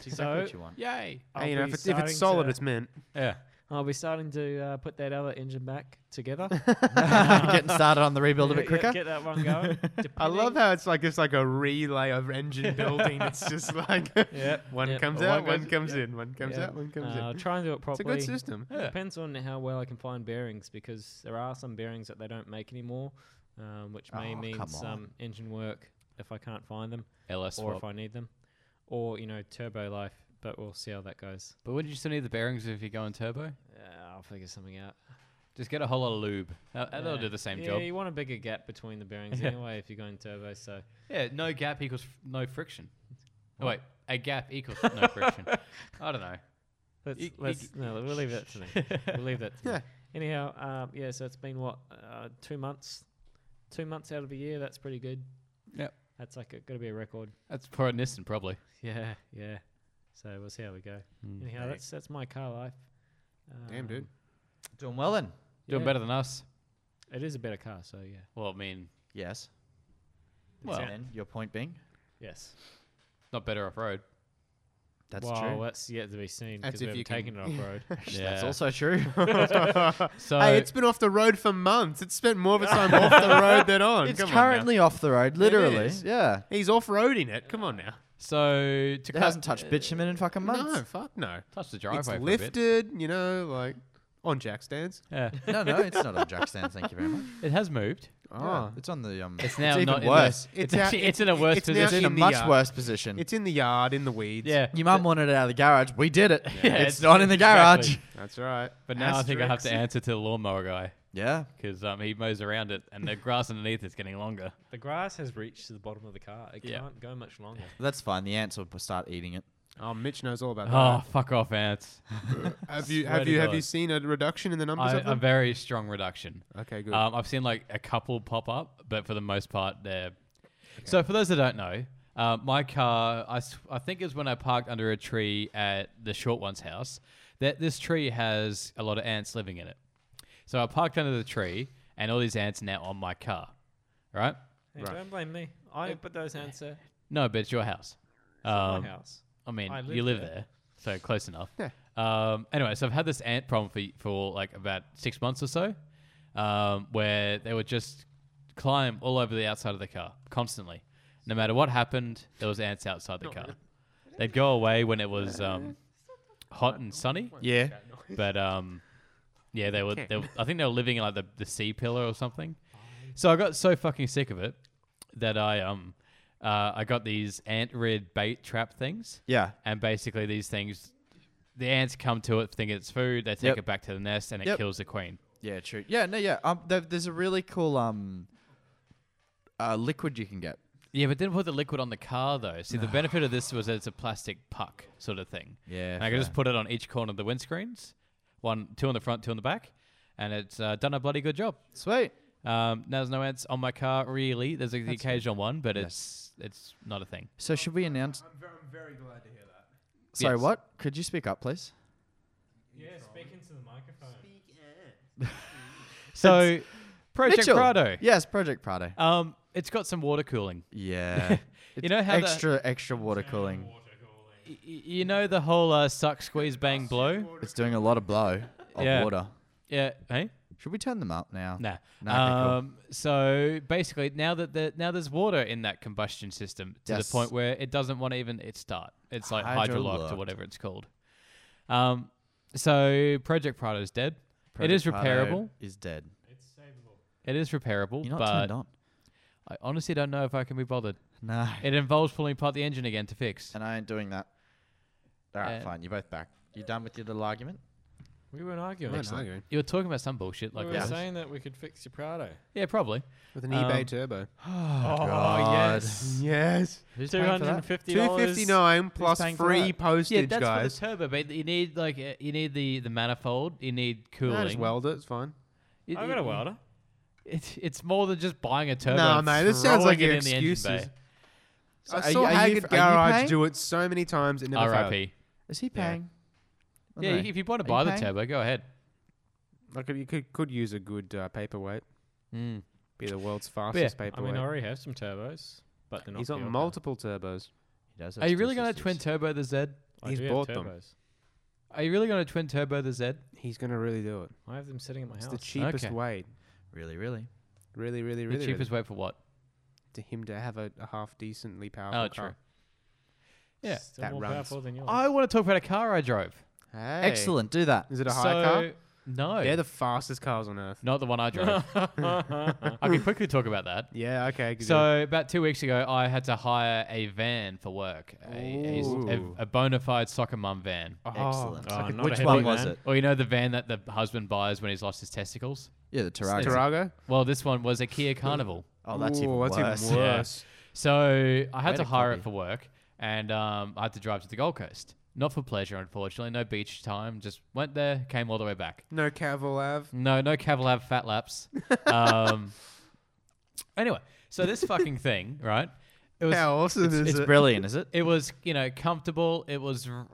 S4: It's
S3: So-
S4: exactly what you want.
S2: Yay.
S5: Hey, you
S3: I'll
S5: know,
S3: be
S5: if it's, if it's
S3: starting
S5: solid,
S3: to-
S5: it's mint.
S2: Yeah.
S3: I'll be starting to uh, put that other engine back together.
S4: Getting started on the rebuild a bit
S3: Yeah,
S4: quicker.
S3: Get that one going.
S5: I love
S3: Depending-
S5: how it's like it's like a relay of engine building. It's just like
S3: Yep,
S5: one
S3: yep.
S5: comes
S2: One
S5: out, one
S2: goes-
S5: comes in, one comes
S3: Yeah.
S5: out, one comes
S3: Uh, I'll
S5: in.
S3: try and do it
S5: It's a
S3: properly.
S5: good system.
S2: Yeah.
S3: Depends on how well I can find bearings because there are some bearings that they don't make anymore, um, which may
S4: Oh,
S3: mean
S4: come
S3: some engine work if I can't find them
S2: LS
S3: or
S2: swap.
S3: if I need them, or you know turbo life. But we'll see how that goes.
S2: But wouldn't you still need the bearings if you're going turbo?
S3: Uh, I'll figure something out.
S2: Just get a whole lot of lube. That, That'll
S3: Yeah.
S2: do the same
S3: yeah,
S2: job.
S3: you want a bigger gap between the bearings
S2: Yeah.
S3: anyway if you're going turbo. So
S2: Yeah, no gap equals f- no friction. Oh, wait, a gap equals no friction. I don't know.
S3: let's
S2: You- you
S3: let's no, we'll leave that to me. we'll leave that to me.
S5: Yeah.
S3: Anyhow, um, yeah. So it's been what uh, two months, two months out of a year. That's pretty good.
S2: Yep.
S3: That's like got to be a record.
S2: That's for a Nissan, probably.
S3: Yeah, yeah. So we'll see how we go. Anyhow,
S4: Hey.
S3: that's that's my car life.
S5: Damn, dude.
S3: Um,
S4: Doing well then.
S2: Doing
S3: yeah,
S2: better than us.
S3: It is a better car, so yeah.
S2: Well, I mean,
S4: Yes.
S3: Well-
S4: then your point being
S3: Yes.
S2: not better off road.
S4: that's
S3: well, uh,
S4: true.
S3: that's yet to be seen
S5: That's
S3: because
S5: if
S3: we haven't
S5: you can-
S3: taken it off road.
S4: That's
S2: Yeah.
S4: also true.
S2: So
S5: hey, it's been off the road for months. It's spent more of its time off the road than on.
S4: it's
S5: Come on now.
S4: currently off the road, literally.
S5: is.
S4: Yeah.
S5: He's off roading it. Come on now.
S2: So to
S4: It hasn't touched bitumen in fucking months.
S5: No, fuck no.
S2: touch the
S5: It's
S2: driveway. for a bit.
S5: lifted, you know, like on jack stands.
S2: Yeah,
S4: No, no, it's not on jack stands. Thank you very much.
S2: it has moved.
S5: Oh,
S4: It's on the um.
S2: It's now
S4: even
S2: not in the-
S4: worse.
S2: It's actually- it's in a worse
S5: now
S2: position.
S4: it's in a
S5: the
S4: much
S5: yard.
S4: worse position.
S5: It's in the yard in the weeds.
S2: Yeah,
S4: Your mum wanted it out of the garage. We did it. it's,
S2: it's-
S4: not in the garage.
S2: exactly.
S5: that's right.
S2: but now I think I have to answer to the lawnmower guy
S4: Yeah.
S2: because um, he mows around it and the grass underneath it's getting longer.
S3: The grass has reached to the bottom of the car. It
S2: Yeah.
S3: can't go much longer.
S4: That's fine. The ants will start eating it.
S5: Oh, Mitch knows all about
S2: Oh, fuck off, ants!
S5: that. Have you
S2: swear
S5: have
S2: to
S5: you have
S2: God.
S5: you seen a reduction in the numbers
S2: I,
S5: of
S2: a
S5: them?
S2: very strong reduction.
S5: okay, good.
S2: Um, I've seen like a couple pop up, but for the most part, they're. So for those that don't know, uh, my car, I, s- I think it was when I parked under a tree at the short one's house, that this tree has a lot of ants living in it. So I parked under the tree, and all these ants are now on my car, right?
S3: Hey,
S5: Right.
S3: Don't blame me. I put those ants there.
S2: No, but it's your house.
S3: My
S2: Um,
S3: house.
S2: I mean,
S3: I
S2: you
S3: live
S2: live there.
S3: there.
S2: so close enough.
S5: Yeah.
S2: Um, anyway, so I've had this ant problem for for like about six months or so, um, where they would just climb all over the outside of the car constantly. No matter what happened, there was ants outside the car. They'd go away when it was um, hot and sunny,
S4: Yeah.
S2: but um, yeah, they were. They, were- I think they were living in like the, the sea pillar or something. So I got so fucking sick of it that I um, uh, I got these ant red bait trap things
S4: Yeah.
S2: and basically these things the ants come to it think it's food they take
S4: Yep.
S2: it back to the nest and it
S4: Yep.
S2: kills the queen
S4: Yeah. True. Yeah. No. Yeah. Um. There, there's a really cool um. Uh, liquid you can get.
S2: yeah but didn't put the liquid on the car though see the benefit of this was that it's a plastic puck sort of thing
S4: Yeah.
S2: and i could just put it on each corner of the windscreens one two on the front two on the back and it's uh, done a bloody good job
S4: Sweet.
S2: um, now there's no ants on my car really there's the occasional one but
S4: Yes.
S2: it's it's not a thing
S4: So should we announce?
S5: I'm, very, I'm very glad to hear that.
S4: Sorry.
S2: Yes.
S4: What? Could you speak up, please?
S3: Yeah, speak into the microphone.
S2: so project
S4: Mitchell.
S2: prado
S4: Yes. Project Prado.
S2: um, it's got some water cooling
S4: Yeah.
S2: you know how the-
S4: extra extra water cooling.
S2: Y- y- you know the whole uh, suck squeeze bang blow
S4: It's doing a lot of blow of
S2: Yeah.
S4: water.
S2: yeah hey
S4: Should we turn them up now?
S2: Nah.
S4: Nah, okay,
S2: um, So basically, now that the, now there's water in that combustion system to
S4: Yes.
S2: the point where it doesn't want to even it start. It's like hydrolocked
S4: Hydrolocked.
S2: or whatever it's called. Um, so Project Prado is dead. it is
S4: Project Prado
S2: repairable.
S4: Is dead.
S2: It is repairable,
S4: You're not
S2: but
S4: turned on.
S2: I honestly don't know if I can be bothered.
S4: No.
S2: It involves pulling apart the engine again to fix.
S4: And I ain't doing that. All right,
S2: Uh,
S4: fine. You're both back. You done with your little argument?
S3: We weren't arguing.
S5: We're
S3: Excellent.
S5: arguing.
S2: You were talking about some bullshit like
S3: we were
S2: yeah.
S4: Yeah.
S3: saying that we could fix your Prado.
S2: yeah, probably.
S5: With an
S2: Um,
S5: eBay turbo.
S4: Oh,
S3: yes.
S5: Yes.
S4: Who's
S3: Two
S4: paying for
S3: hundred
S4: that?
S3: and fifty
S5: Two fifty nine plus
S4: paying for
S5: free
S4: that?
S5: postage,
S2: Yeah, that's
S5: guys.
S2: for the turbo, but you need like uh, you need the, the manifold, you need cooling.
S5: Nah, just weld it. It's fine.
S2: You-
S3: I got a
S2: you-
S3: welder.
S2: It's it's more than just buying a turbo.
S5: Nah,
S2: and
S5: mate, this sounds
S2: throwing
S5: like your
S2: it in the engine
S5: excuses.
S2: bay.
S4: So
S5: I
S4: are you-
S5: saw
S4: are you-
S5: Haggard
S4: are you
S5: Garage
S4: paying?
S5: do it so many times. It never failed.
S2: R.I.P.
S4: Is he
S5: Yeah.
S4: paying? I
S2: Yeah,
S4: dunno.
S2: if you want to
S4: Are
S2: buy
S4: you
S2: the
S4: paying?
S2: turbo, go ahead.
S5: Like you could could use a good uh, paperweight. Hmm, Be the world's fastest
S3: I mean,
S5: paperweight.
S3: I already have some turbos, but they're not.
S5: He's got
S3: Fielder.
S5: multiple turbos.
S4: He does have
S2: Are you
S4: two
S2: really going to
S4: sisters.
S2: twin turbo the Z?
S3: I
S5: He's
S3: do have
S5: bought them.
S3: turbos.
S2: Are you really going to twin turbo the Z?
S5: He's gonna really do it.
S3: I have them sitting at my
S5: It's
S3: house.
S5: the cheapest
S2: Oh, Okay.
S5: way.
S4: Really, really.
S5: Really, really,
S2: The
S5: really,
S2: cheapest way for what?
S5: really to him to have a, a half decently powerful
S2: Oh,
S5: car.
S2: true. Yeah.
S3: Still
S5: That
S3: more
S5: runs.
S3: powerful than yours.
S2: I want to talk about a car I drove.
S5: Hey.
S4: Excellent. Do that.
S5: Is it a high car?
S2: So- oh. No,
S5: They're the fastest cars on earth.
S2: not the one I drove. I can quickly talk about that.
S5: Yeah. Okay. good.
S2: So about two weeks ago, I had to hire a van for work, a, a,
S5: Ooh.
S2: a, a bona fide soccer mum van.
S5: Oh,
S4: Excellent.
S3: Oh, not
S4: Which
S3: a
S4: one
S3: heavy
S4: was
S3: man.
S4: it?
S2: Or you know the van that the husband buys when he's lost his testicles.
S4: Yeah, the Tarago.
S5: Tarago.
S2: Well, this one was a Kia Carnival.
S4: Oh, that's
S5: Ooh,
S4: even
S5: that's even
S4: worse.
S5: worse.
S2: Yeah. So I had
S4: Way
S2: to
S4: to
S2: hire
S4: copy.
S2: it for work, and um, I had to drive to the Gold Coast. Not for pleasure, unfortunately. No beach time. Just went there, came all the way back.
S5: No Cavill Av.
S2: No, no Cavalab fat laps. Um, anyway, so this fucking thing, right? It was
S5: How awesome is
S4: It's
S5: it?
S4: brilliant, is it?
S2: it was you know comfortable. It was. r-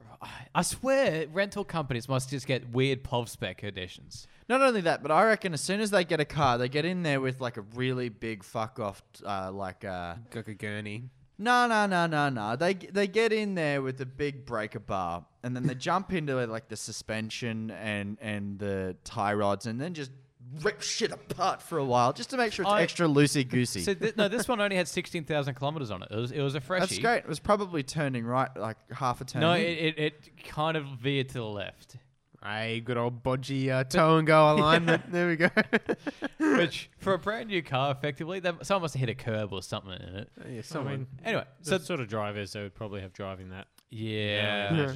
S2: I swear, rental companies must just get weird pov spec editions.
S4: Not only that, but I reckon as soon as they get a car, they get in there with like a really big fuck off, uh, like uh,
S5: like a gurney.
S4: No, no, no, no, no. They they get in there with a big breaker bar, and then they jump into like the suspension and and the tie rods, and then just rip shit apart for a while just to make sure it's
S2: I-
S4: extra loosey goosey.
S2: So th- no, this one only had sixteen thousand kilometers on it. It was it was a freshie.
S4: That's great. It was probably turning right like half a turn.
S2: No,
S4: in.
S2: it, it, it kind of veered to the left,
S5: Hey, good old bodgy uh, toe and go alignment. There we go.
S2: which for a brand new car, effectively, that, someone must have hit a curb or something in it.
S5: yeah,
S3: I mean,
S2: Anyway,
S3: so
S2: so
S3: the sort of drivers they would probably have driving that.
S2: yeah,
S5: Yeah.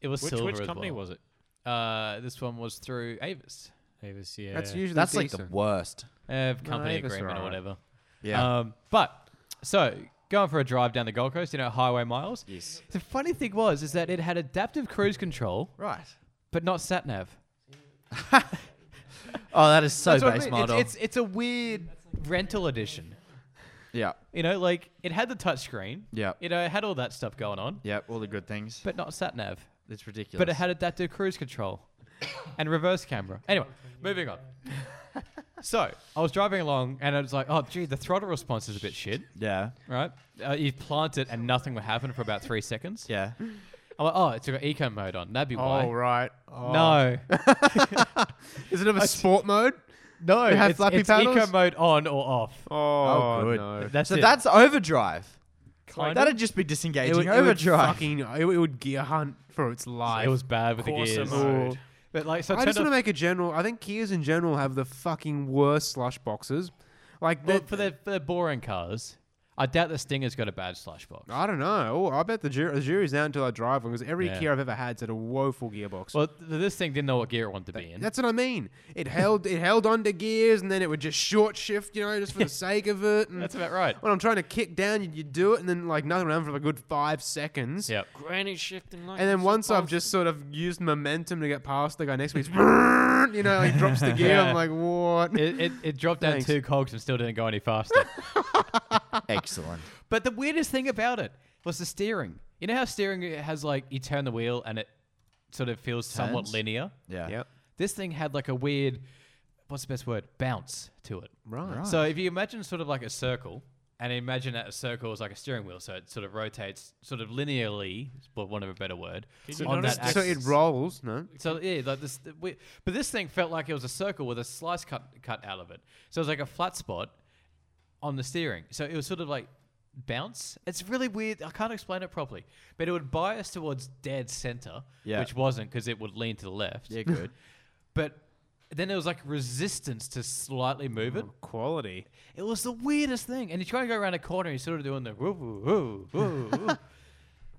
S2: it was
S3: Which,
S2: silver.
S3: which
S2: as
S3: company
S2: well.
S3: was it?
S2: Uh, this one was through Avis,
S3: Avis, yeah.
S5: that's usually
S4: That's like
S5: decent.
S4: the worst. Uh,
S2: uh, company
S5: Avis are
S2: agreement or
S5: alright.
S2: whatever.
S4: Yeah.
S2: Um, but so going for a drive down the Gold Coast, you know, highway miles.
S4: yes.
S2: The funny thing was is that it had adaptive cruise control,
S4: Right.
S2: but not sat nav.
S4: Oh, that is so
S2: That's what I
S4: base
S2: mean.
S4: model.
S2: It's, it's it's a weird rental edition.
S4: yeah.
S2: You know, like it had the touchscreen.
S4: Yeah.
S2: You know, it had all that stuff going on,
S4: Yeah. All the good things.
S2: but not sat nav.
S4: It's ridiculous.
S2: But it had adaptive cruise control and reverse camera. Anyway, moving on. so I was driving along and I was like, oh, gee, the throttle response is a bit shit,
S4: Yeah.
S2: right? Uh, you plant it and nothing would happen for about three seconds.
S4: Yeah.
S2: I'm like, oh, it's got eco mode on. That'd be why.
S5: Oh, right. Oh.
S2: No,
S5: Is it of a sport mode?
S2: no,
S5: It had
S2: it's,
S5: flappy
S2: it's
S5: paddles?
S2: eco mode on or off.
S5: Oh,
S4: good.
S5: no.
S2: That's
S4: so
S2: it.
S4: that's overdrive.
S2: Kind of.
S4: That'd just be disengaging
S5: It would, it would
S4: overdrive.
S5: fucking, it would- it would gear hunt for its life.
S2: It was bad with the
S3: Corsa
S2: gears.
S3: mode.
S5: Ooh.
S2: But like, so
S5: I
S2: turn
S5: just
S2: off-
S5: want to make a general. I think Kias in general have the fucking worst slush boxes. Like
S2: Well,
S5: that.
S2: for their for their boring cars, I doubt the Stinger's got a bad slush box.
S5: I don't know. Oh, I bet the, jury, the jury's out until I drive one because every
S2: Yeah.
S5: Kia I've ever had's had a woeful gearbox.
S2: Well, th- this thing didn't know what gear it wanted to be in.
S5: That's what I mean. It held it held onto gears and then it would just short shift, you know, just for the sake of it. And
S2: That's about right.
S5: When I'm trying to kick down, you, you do it and then like nothing around for a good five seconds.
S2: Yep.
S3: Granny shifting like
S5: And then
S3: it's a
S5: once I've
S3: bastard.
S5: just sort of used momentum to get past the guy next to me, it's you know, like drops the gear.
S2: Yeah.
S5: I'm like, what?
S2: It, it, it dropped down
S5: Thanks.
S2: two cogs and still didn't go any faster.
S4: Excellent.
S2: but the weirdest thing about it was the steering. You know how steering has like you turn the wheel and it sort of feels somewhat
S4: Turns?
S2: linear.
S4: Yeah.
S2: This thing had like a weird, what's the best word? Bounce to it.
S5: Right.
S2: So if you imagine sort of like a circle, and imagine that a circle is like a steering wheel, so it sort of rotates sort of linearly, for want of a better word,
S3: Did you
S2: on
S3: notice
S2: that
S5: So
S2: axis.
S5: it rolls, no?
S2: So yeah, like this, th- we, but this thing felt like it was a circle with a slice cut cut out of it. So it was like a flat spot on the steering. So it was sort of like bounce. It's really weird. I can't explain it properly, but it would bias towards dead center,
S4: Yeah.
S2: which wasn't because it would lean to the left.
S4: Yeah. Good.
S2: But then there was like resistance to slightly move
S5: Mm.
S2: it.
S5: Quality.
S2: It was the weirdest thing. And you're trying to go around a corner, you're sort of doing the woo woo woo woo. woo.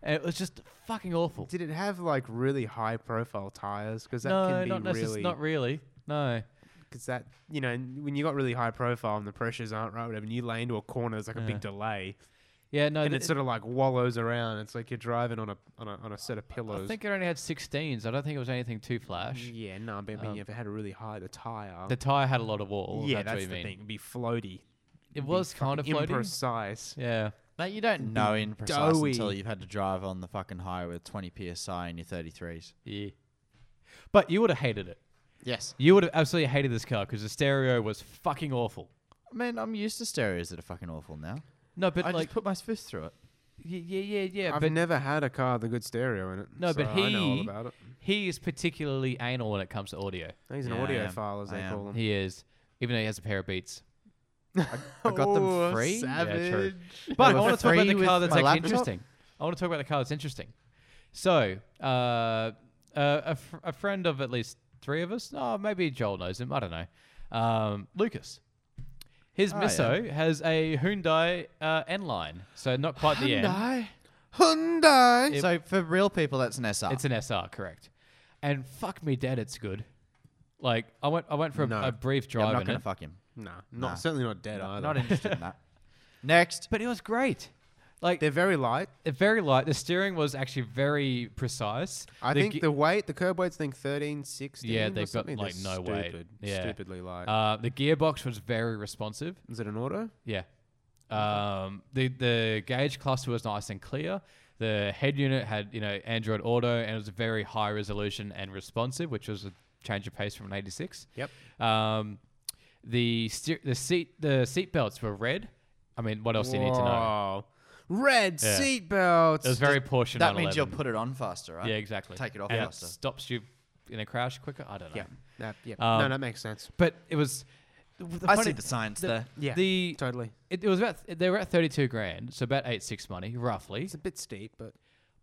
S2: and it was just fucking awful.
S5: Did it have like really high profile tires? Because that
S2: no,
S5: can be
S2: not necess-
S5: really
S2: Not really. No.
S5: because that you know when you got really high profile and the pressures aren't right, whatever, and you lay into a corner, there's like a big delay,
S2: Yeah, no.
S5: and
S2: th-
S5: it sort of like wallows around. It's like you're driving on a on a, on a set of pillows.
S2: I think it only had 16s. I don't think it was anything too flash.
S5: yeah, no, but I mean, if it had a really high the tire,
S2: Um, The tire had a lot of wall.
S5: yeah,
S2: that's,
S5: that's
S2: what you
S5: the
S2: mean.
S5: thing. It'd be floaty.
S2: It was kind of floating.
S5: imprecise.
S2: yeah.
S4: Mate, you don't know in precise
S5: doughy.
S4: until you've had to drive on the fucking highway with 20 psi in your 33s.
S2: Yeah. But you would have hated it.
S4: Yes.
S2: You would have absolutely hated this car because the stereo was fucking awful.
S4: I mean, I'm used to stereos that are fucking awful now.
S2: No, but
S4: I
S2: like,
S4: just put my fist through it.
S2: y- yeah, yeah, yeah.
S5: I've
S2: but
S5: never had a car with a good stereo in it.
S2: No, but
S5: so I know all
S2: he-
S5: about it.
S2: he is particularly anal when it comes to audio.
S5: He's an
S4: Yeah, I am.
S5: audiophile, as
S4: I
S5: they
S4: am.
S5: call them.
S2: He is, even though he has a pair of Beats.
S4: I got
S5: Oh,
S4: them free.
S2: Yeah, true.
S5: savage.
S2: But
S4: They
S2: I
S4: were
S2: want to talk about
S4: free
S2: the car
S4: with
S2: that's
S4: my
S2: actually
S4: laptop?
S2: interesting. I want to talk about the car that's interesting. So, uh, uh, a, fr- a friend of at least three of us, oh, maybe Joel knows him, I don't know, um, Lucas. His
S4: Ah,
S2: misso has a Hyundai uh, N line, so not quite the N.
S5: Hyundai.
S2: It-
S4: So for real people, that's an SR.
S2: It's an SR, correct? And fuck me, dead, it's good. Like I went, I went for a,
S5: No.
S2: a brief
S4: Yeah,
S2: drive
S4: I'm not
S2: in
S4: going
S2: it,
S4: to fuck him.
S5: Nah, not
S4: Nah.
S5: certainly not dead either.
S4: Not interested in that. Next.
S2: but it was great. Like
S5: They're very light.
S2: they're very light. The steering was actually very precise.
S5: I think
S2: ge-
S5: the weight, the curb weight's think 13, 16.
S2: Yeah,
S5: or
S2: they've got,
S5: something. They're
S2: like, no weight.
S5: stupid,
S2: Yeah.
S5: Stupidly light.
S2: Uh, the gearbox was very responsive.
S5: Is it an auto?
S2: Yeah. Um, the the gauge cluster was nice and clear. The head unit had you know Android Auto and it was very high resolution and responsive, which was a change of pace from an 86.
S5: Yep.
S2: Um, the steer, the seat the seat belts were red. I mean, what else do you need to know?
S5: Red
S2: Yeah.
S5: seatbelts.
S2: It was very Porsche
S4: That means
S2: 911.
S4: you'll put it on faster, right?
S2: yeah exactly
S4: Take it off
S2: and
S4: faster.
S2: It stops you in a crash quicker. I don't know.
S5: Yeah. That, yeah. no,
S2: Um,
S5: that makes sense.
S2: But it was. The
S4: I
S2: funny-
S4: see the science
S2: the-
S4: there.
S5: Yeah.
S2: The
S5: totally.
S2: it, it was about they were at thirty two grand, so about eight six money roughly.
S5: It's a bit steep, but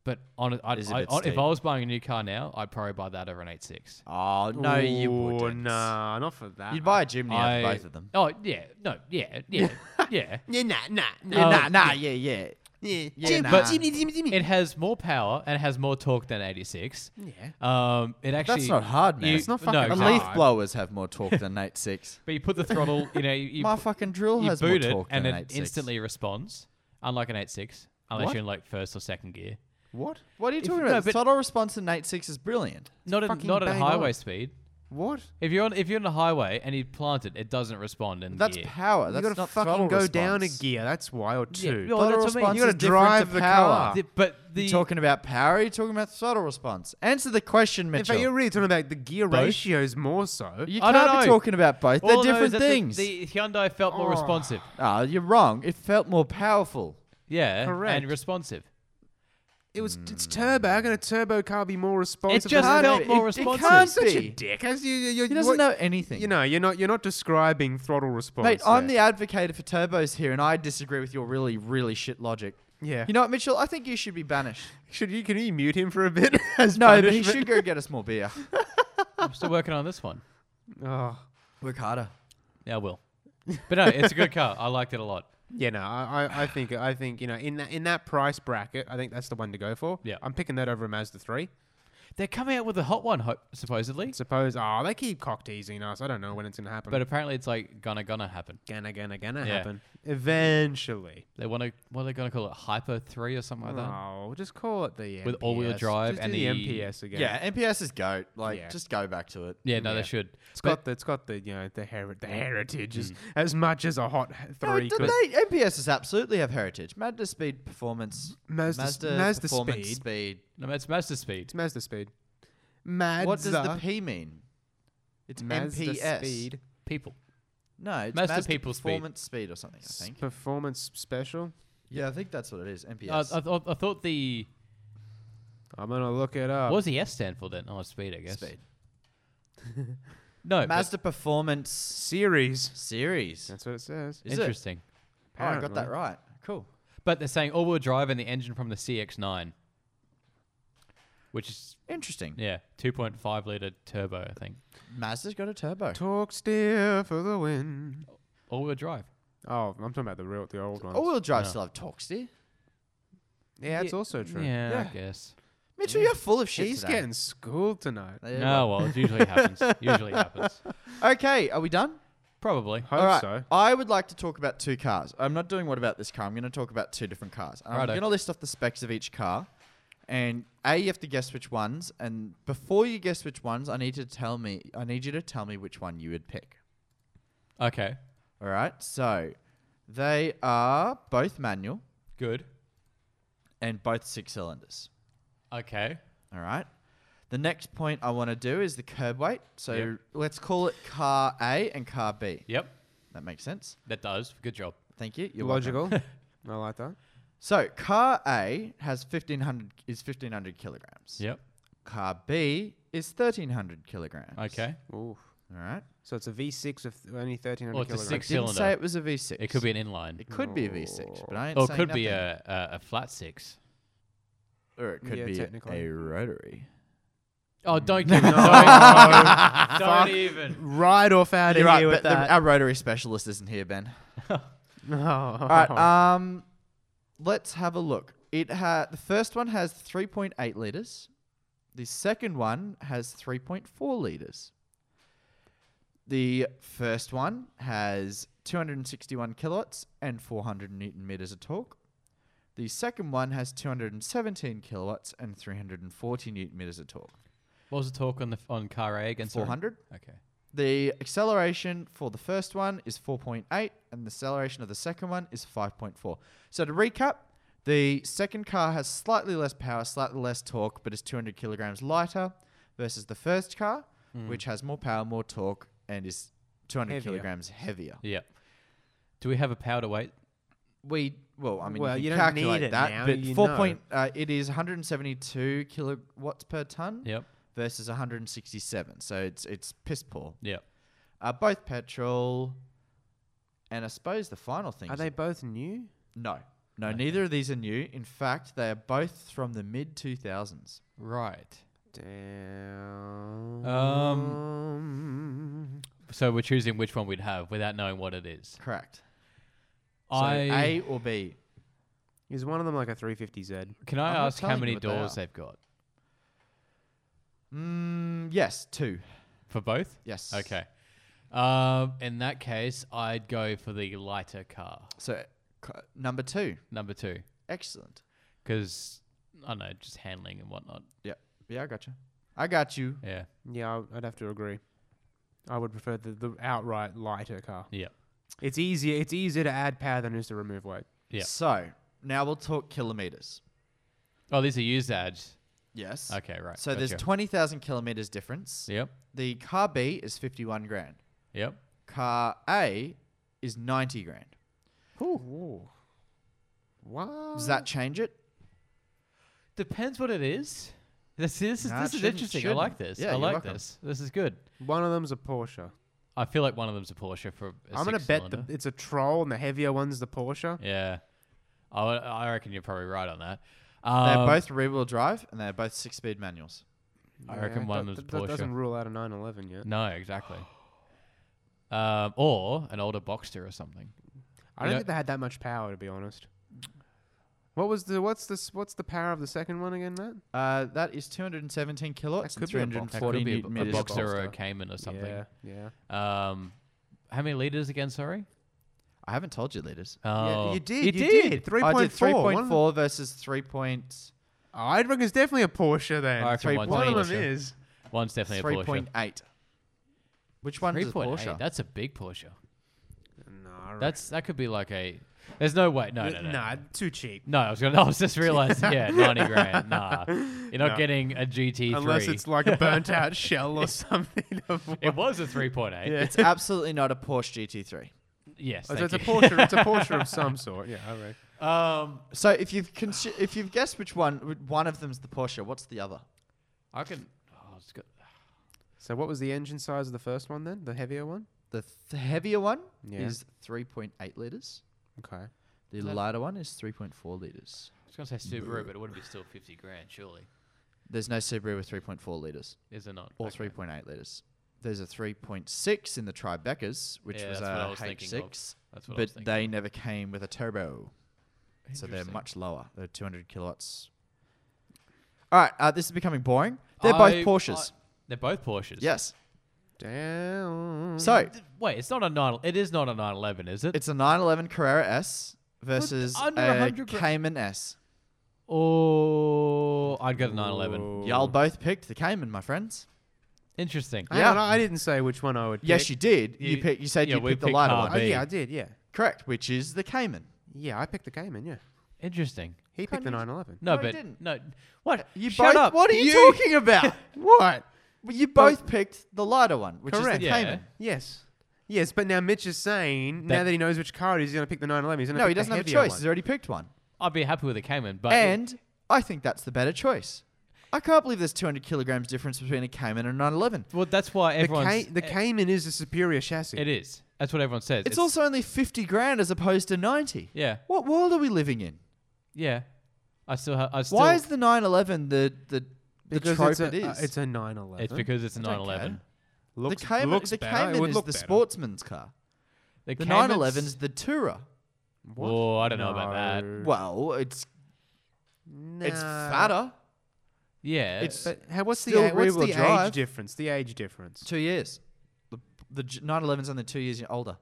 S2: But on, a- I'd,
S4: It is a
S2: I,
S4: bit
S2: on if
S4: steep.
S2: I was buying a new car now, I'd probably buy that over an eight six.
S4: Oh no, you
S5: Ooh,
S4: wouldn't.
S5: Nah, not for that.
S4: You'd buy a Jimny out
S2: I,
S4: of both of them.
S2: Oh yeah, no, yeah, yeah, yeah.
S5: Yeah, nah, nah, nah.
S2: Oh,
S4: nah, nah, yeah, yeah, yeah, yeah. Nah.
S2: But it has more power and it has more torque than eighty six.
S5: Yeah.
S2: Um, it actually
S4: not hard, man. It's
S5: not
S2: no,
S5: fucking
S4: The
S2: exactly.
S4: leaf blowers have more torque than eight six.
S2: But you put the throttle, you know, you, you
S4: My
S2: pu-
S4: fucking drill
S2: you
S4: has more
S2: boot it
S4: torque
S2: and
S4: than
S2: it
S4: an eight
S2: instantly responds, unlike an 8.6, unless
S4: What?
S2: you're in like first or second gear.
S5: What?
S4: What are you
S2: If-
S4: talking
S2: no,
S4: about?
S2: but-
S4: Total response in eight six is brilliant.
S2: Not at,
S5: fucking
S2: not at
S5: bang
S2: highway
S5: on.
S2: speed.
S5: What?
S2: If you're on if you're on a highway and you plant it, it doesn't respond in
S4: That's
S2: gear.
S4: power. That's
S5: you gotta
S4: not
S5: fucking
S4: throttle
S5: go
S4: response.
S5: down a gear. That's why or
S2: Yeah,
S5: two.
S2: well, that's
S4: Throttle
S2: what I mean.
S4: response
S2: You
S5: gotta
S4: is different
S5: drive
S4: to
S5: the
S4: power.
S5: car.
S2: The- but the
S4: You talking about power? Or you talking about throttle response? Answer the question,
S5: In fact,
S4: Mitchell.
S5: you're really talking about the gear
S2: Both?
S5: ratios more so.
S4: you
S2: I
S4: can't
S2: don't
S4: be
S2: know.
S4: talking about both.
S2: all I know
S4: They're
S2: is
S4: different
S2: that
S4: things.
S2: The, the Hyundai felt more
S5: Oh.
S2: responsive.
S4: Ah, you're wrong. It felt more powerful.
S2: Yeah,
S5: Correct.
S2: and responsive.
S5: It was it's turbo. How can a turbo car be more responsive?
S2: just
S5: than
S2: felt
S5: that?
S2: more
S4: it,
S2: responsive.
S4: It can't
S5: Such a
S4: be.
S5: dick. As you, you, you,
S4: He doesn't
S5: what-
S4: know anything.
S5: You know, you're not you're not describing throttle response.
S4: Mate, I'm the
S5: there.
S4: advocate for turbos here, and I disagree with your really, really shit logic.
S5: yeah.
S4: You know what, Mitchell? I think you should be banished.
S5: should you can you mute him for a bit? as
S4: No, but he
S5: punishment?
S4: should go get us more beer.
S2: I'm still working on this one.
S5: Oh.
S4: Work harder.
S2: Yeah, I will. But no, it's a good car. I liked it a lot.
S5: Yeah, no, I, I- I think I think you know in that in that price bracket, I think that's the one to go for.
S2: Yeah.
S5: I'm picking that over a Mazda three.
S2: They're coming out with a hot one, ho- supposedly.
S5: Suppose oh they keep cock teasing us. I don't know when it's gonna happen.
S2: But apparently, it's like gonna gonna happen.
S5: gonna gonna gonna
S2: Yeah.
S5: happen eventually.
S2: They want to what are they gonna call it? Hyper three or something like that.
S5: Oh, just call it the
S2: With all-wheel
S5: MPS.
S2: drive
S5: Just
S2: and
S5: do
S2: the-
S5: MPS again.
S4: Yeah, NPS is goat. Like,
S5: Yeah.
S4: just go back to it.
S2: Yeah, no,
S5: Yeah.
S2: they should. But
S5: It's
S2: Mm.
S5: got the, it's got the you know the heri- the heritage as, as much as a hot h- three
S4: no,
S5: could.
S4: they, NPS is absolutely have heritage. Mazda speed performance.
S5: Mazda s-
S4: Mazda,
S5: Mazda
S4: performance
S5: speed.
S4: speed.
S2: no, it's master speed.
S5: It's Mazda speed. Mazda.
S4: What does the P mean? It's
S5: Mazda
S4: NPS.
S5: speed
S2: People.
S4: No, it's
S2: Mazda
S4: Mazda,
S2: people speed.
S4: performance speed. or something. I think.
S5: performance special?
S4: Yeah, I think that's what it is. NPS.
S2: Uh, I, thought I thought the
S5: I'm gonna look it up.
S2: what does the S stand for then? Oh, speed, I guess.
S4: speed.
S2: No, but-
S4: Mazda performance
S5: series?
S4: series.
S5: That's what it says.
S4: Is it?
S2: interesting.
S4: Oh, I got that
S5: Apparently.
S4: right. Cool.
S2: But they're saying all-wheel drive and the engine from the CX-9, which is
S4: Interesting.
S2: yeah, 2.5 liter turbo, I think.
S4: Mazda's got a turbo.
S5: Talk steer for the win.
S2: All-wheel drive.
S5: Oh, I'm talking about the real, the old ones.
S4: All wheel drive
S2: No.
S4: still have torques, do you?
S5: yeah, it's also true.
S2: Yeah, I
S4: Oh, Yeah.
S2: guess.
S4: Mitchell, you're full of shit.
S5: She's
S4: today.
S5: getting schooled tonight.
S4: There you
S2: no, well, it usually happens. Usually happens.
S4: go. Okay, are we done?
S2: Probably.
S5: Hope
S4: All right.
S5: so.
S4: I would like to talk about two cars. I'm not doing what about this car. I'm going to talk about two different cars. And I'm
S2: Righto.
S4: going to list off the specs of each car. And A, you have to guess which ones. And before you guess which ones, I need to tell me. I need you to tell me which one you would pick.
S2: Okay.
S4: All right. So they are both manual
S2: Good.
S4: and both six cylinders.
S2: Okay.
S4: All right. The next point I want to do is the curb weight. So
S2: Yep.
S4: let's call it car A and car B.
S2: Yep.
S4: That makes sense.
S2: That does. Good job.
S4: Thank you. You're welcome.
S5: Logical. I like that.
S4: So car A has fifteen hundred is fifteen hundred kilograms.
S2: Yep.
S4: Car B is thirteen hundred kilograms.
S2: Okay.
S5: Ooh.
S4: All right.
S5: So it's a V6 of th- only 1300
S2: Well, it's a
S5: kilograms.
S2: six-
S4: Didn't
S2: Cylinder.
S4: say it was a V six.
S2: It could be an inline.
S4: It could be a V six, but I ain't
S2: Or it
S4: saying
S2: could be
S4: nothing.
S2: a, a, a flat six.
S4: or it could
S5: Yeah,
S4: be
S5: technically.
S4: a rotary.
S2: Oh, don't give it.
S5: No.
S2: Don't, don't even.
S5: Right off out of
S4: You're
S5: here
S4: right,
S5: with
S4: but the,
S5: that.
S4: our rotary specialist isn't here, Ben.
S5: No.
S4: All
S5: uh,
S4: right. Um, let's have a look. It ha- the first one has three point eight liters. The second one has three point four liters. The first one has 261 kilowatts and 400 newton meters of torque. The second one has 217 kilowatts and 340 newton meters of torque.
S2: What was the talk on the on car A against
S4: 400.
S2: The, okay.
S4: The acceleration for the first one is 4.8, and the acceleration of the second one is 5.4. So to recap, the second car has slightly less power, slightly less torque, but is 200 kilograms lighter, versus the first car, which has more power, more torque, and is 200
S5: Hmm. Heavier.
S4: kilograms heavier.
S2: Yep. Do we have a power to weight?
S4: We well, I mean,
S5: Well,
S4: you,
S5: you
S4: can
S5: don't
S4: calculate
S5: need it
S4: that,
S5: now,
S4: but
S5: you
S4: four
S5: know.
S4: point uh, it is 172 kilowatts per ton
S2: Yep.
S4: versus 167. So it's it's piss poor.
S2: Yeah.
S4: Uh, both petrol, and I suppose the final thing.
S5: Are
S4: is-
S5: they both new?
S4: No, no. Neither of these are new. In fact, they are both from the mid 2000s.
S2: Right.
S5: Damn. Um,
S2: So we're choosing which one we'd have without knowing what it is.
S4: Correct. So
S2: I
S4: A or B.
S5: is one of them like a 350Z?
S2: can I
S4: I'm not
S2: ask how
S4: telling
S2: many
S4: you what they
S2: doors
S4: are.
S2: they've got
S4: Mm, yes, two.
S2: for both?
S4: Yes.
S2: Okay. Um, in that case, I'd go for the lighter car,
S4: So c- number two,
S2: number two,
S4: excellent.
S2: because I don't know, just handling and whatnot.
S4: Yeah, yeah, I got you. I got you.
S2: Yeah.
S5: Yeah, I w- I'd have to agree. I would prefer the, the outright lighter car.
S2: Yeah.
S5: It's easier. It's easier to add power than it is to remove weight.
S2: Yeah.
S4: So now we'll talk kilometers.
S2: Oh, these are used ads.
S4: Yes.
S2: Okay, right.
S4: So there's
S2: gotcha.
S4: twenty thousand kilometers difference.
S2: Yep.
S4: The car B is fifty one grand.
S2: Yep.
S4: Car A is ninety grand.
S5: Ooh. What?
S4: Does that change it?
S2: Depends what it is. This this is
S4: Nah, it
S2: this is
S4: shouldn't-
S2: interesting.
S4: shouldn't.
S2: I like this.
S4: Yeah,
S2: I
S4: you're
S2: like
S4: welcome.
S2: this. This is good.
S5: One of them's a Porsche.
S2: I feel like one of them's a Porsche for. i
S5: I'm gonna bet the, it's a Troll, and the heavier one's the Porsche.
S2: Yeah, I, would- I reckon you're probably right on that.
S4: They're
S2: Um,
S4: both rear wheel drive and they're both six speed manuals.
S2: I
S5: Yeah,
S2: reckon one
S5: that,
S2: of them's
S5: that- That doesn't
S2: Porsche.
S5: rule out a 911 yet.
S2: No, exactly. um, or an older Boxster or something.
S5: I don't
S2: Yeah.
S5: think they had that much power, to be honest. What was the what's this what's the power of the second one again, Matt?
S4: Uh, that is 217 kilowatts
S5: That
S4: and
S5: could be a box-
S2: That could
S4: 340
S2: be a,
S4: newton
S2: bo- a
S4: meters.
S2: Boxster or a
S5: Boxster.
S2: Cayman or something.
S5: Yeah, yeah.
S2: Um, how many liters again? Sorry.
S4: I haven't told you liters.
S2: Oh,
S5: yeah you did. You,
S2: did.
S5: did.
S4: I did
S5: 3.4. One of them-
S4: 3.4 versus 3. Point,
S5: Oh, I reckon it's definitely a Porsche then.
S2: I reckon
S4: three-
S2: one's
S5: one
S2: a
S5: of
S2: Porsche.
S5: them is.
S2: One's definitely a Porsche.
S4: 3.8. Which one's a
S2: 3.8,
S4: Porsche?
S2: That's a big Porsche.
S5: No, I reckon-
S2: That's that could be like a. There's no way. No, no, no.
S5: Nah, too cheap.
S2: No, I was gonna. I was just realizing. Yeah, ninety grand. Nah, you're not
S5: No.
S2: getting a GT3.
S5: Unless it's like a burnt out shell or something. Of
S2: it was a 3.8.
S5: Yeah.
S4: it's absolutely not a Porsche GT3.
S2: Yes.
S5: Oh, so
S2: thank
S5: it's a
S2: you.
S5: Porsche. It's a Porsche of some sort. Yeah, I reckon.
S2: Um,
S4: So if you've consi- if you've guessed which one, wh- one of them's the Porsche. What's the other?
S2: I can. Oh, it's good.
S5: So what was the engine size of the first one then? The heavier one?
S4: The th- heavier one
S5: Yeah.
S4: is 3.8 liters.
S5: Okay.
S4: The
S2: That-
S4: lighter one is 3.4 liters.
S2: I was gonna say Subaru, but it would be still 50 grand, surely.
S4: There's no Subaru with 3.4 liters
S2: Is there not?
S4: or
S2: Okay.
S4: 3.8 liters. There's a 3.6 in the Tribecas, which
S2: Yeah,
S4: was
S2: that's what I
S4: a
S2: was thinking of.
S4: H6,
S2: That's what I was
S4: but
S2: thinking.
S4: they never came with a turbo, so they're
S2: Interesting.
S4: much lower. They're 200 kilowatts. All right, uh, this is becoming boring. They're both
S2: I-
S4: Porsches.
S2: I- they're both Porsches.
S4: yes.
S2: Mm-hmm.
S5: Down.
S4: So
S2: Th- Wait, it's not a 9. It is not a 911, is it?
S4: it's a 911 Carrera S versus
S2: under
S4: a
S2: 100 gra-
S4: Cayman S.
S2: oh, I'd go to 911.
S4: Y'all both picked the Cayman, my friends.
S2: Interesting.
S5: Hang
S4: Yeah.
S5: on, I didn't say which one I would.
S4: Yes,
S5: pick.
S4: you did. You,
S2: You-
S4: pick, you said
S2: yeah,
S4: you
S2: we
S4: picked the
S2: picked
S4: lighter
S2: car
S4: one.
S5: Oh,
S2: B.
S5: yeah, I did. Yeah,
S4: Correct, which is the Cayman.
S5: yeah, I picked the Cayman. Yeah,
S2: Interesting.
S5: he picked the 911.
S2: No,
S4: No, I
S2: but
S4: didn't. Uh,
S2: no. What?
S4: You
S2: Shut
S4: both,
S2: up.
S4: What are you, talking about?
S5: What?
S4: Well, you both picked the lighter one, which
S5: Correct.
S4: is the
S2: Yeah.
S4: Cayman.
S5: Yes, yes, but now Mitch is saying now
S2: That-
S5: that he knows which car it is, he's gonna pick the 911. He's gonna
S4: No,
S5: pick
S4: he
S5: the
S4: doesn't have a
S5: heavier
S4: choice.
S5: one.
S4: He's already picked one.
S2: I'd be happy with a Cayman, but
S4: and I think that's the better choice. I can't believe there's 200 kilograms difference between a Cayman and a 911.
S2: well, that's why
S5: The,
S2: everyone's
S5: Cay- the
S2: eh,
S5: Cayman is a superior chassis.
S2: It is. That's what everyone says.
S4: It's, also only 50 grand as opposed to 90.
S2: yeah,
S4: What world are we living in?
S2: yeah. I still, ha- I still.
S4: Why is the 911 the the, the
S5: because
S4: trope
S5: it's a,
S4: it is?
S5: uh, it's a 911.
S2: It's because it's a
S4: I don't
S2: 911.
S4: care.
S5: looks,
S4: the Cayman,
S5: looks
S4: the
S5: better. it
S4: Cayman
S5: would
S4: is the
S5: look better.
S4: sportsman's car. The
S2: Caymans-
S4: 911's the tourer.
S5: What?
S2: Whoa, I don't know about that.
S5: No.
S4: Well, it's it's
S5: Nah.
S4: fatter.
S2: Yeah,
S4: It's-
S5: But how, what's the
S4: Still
S5: a- what's
S4: rear-wheel
S5: the
S4: drive.
S5: age difference? The age difference.
S4: Two years. The the j- 911's only two years older.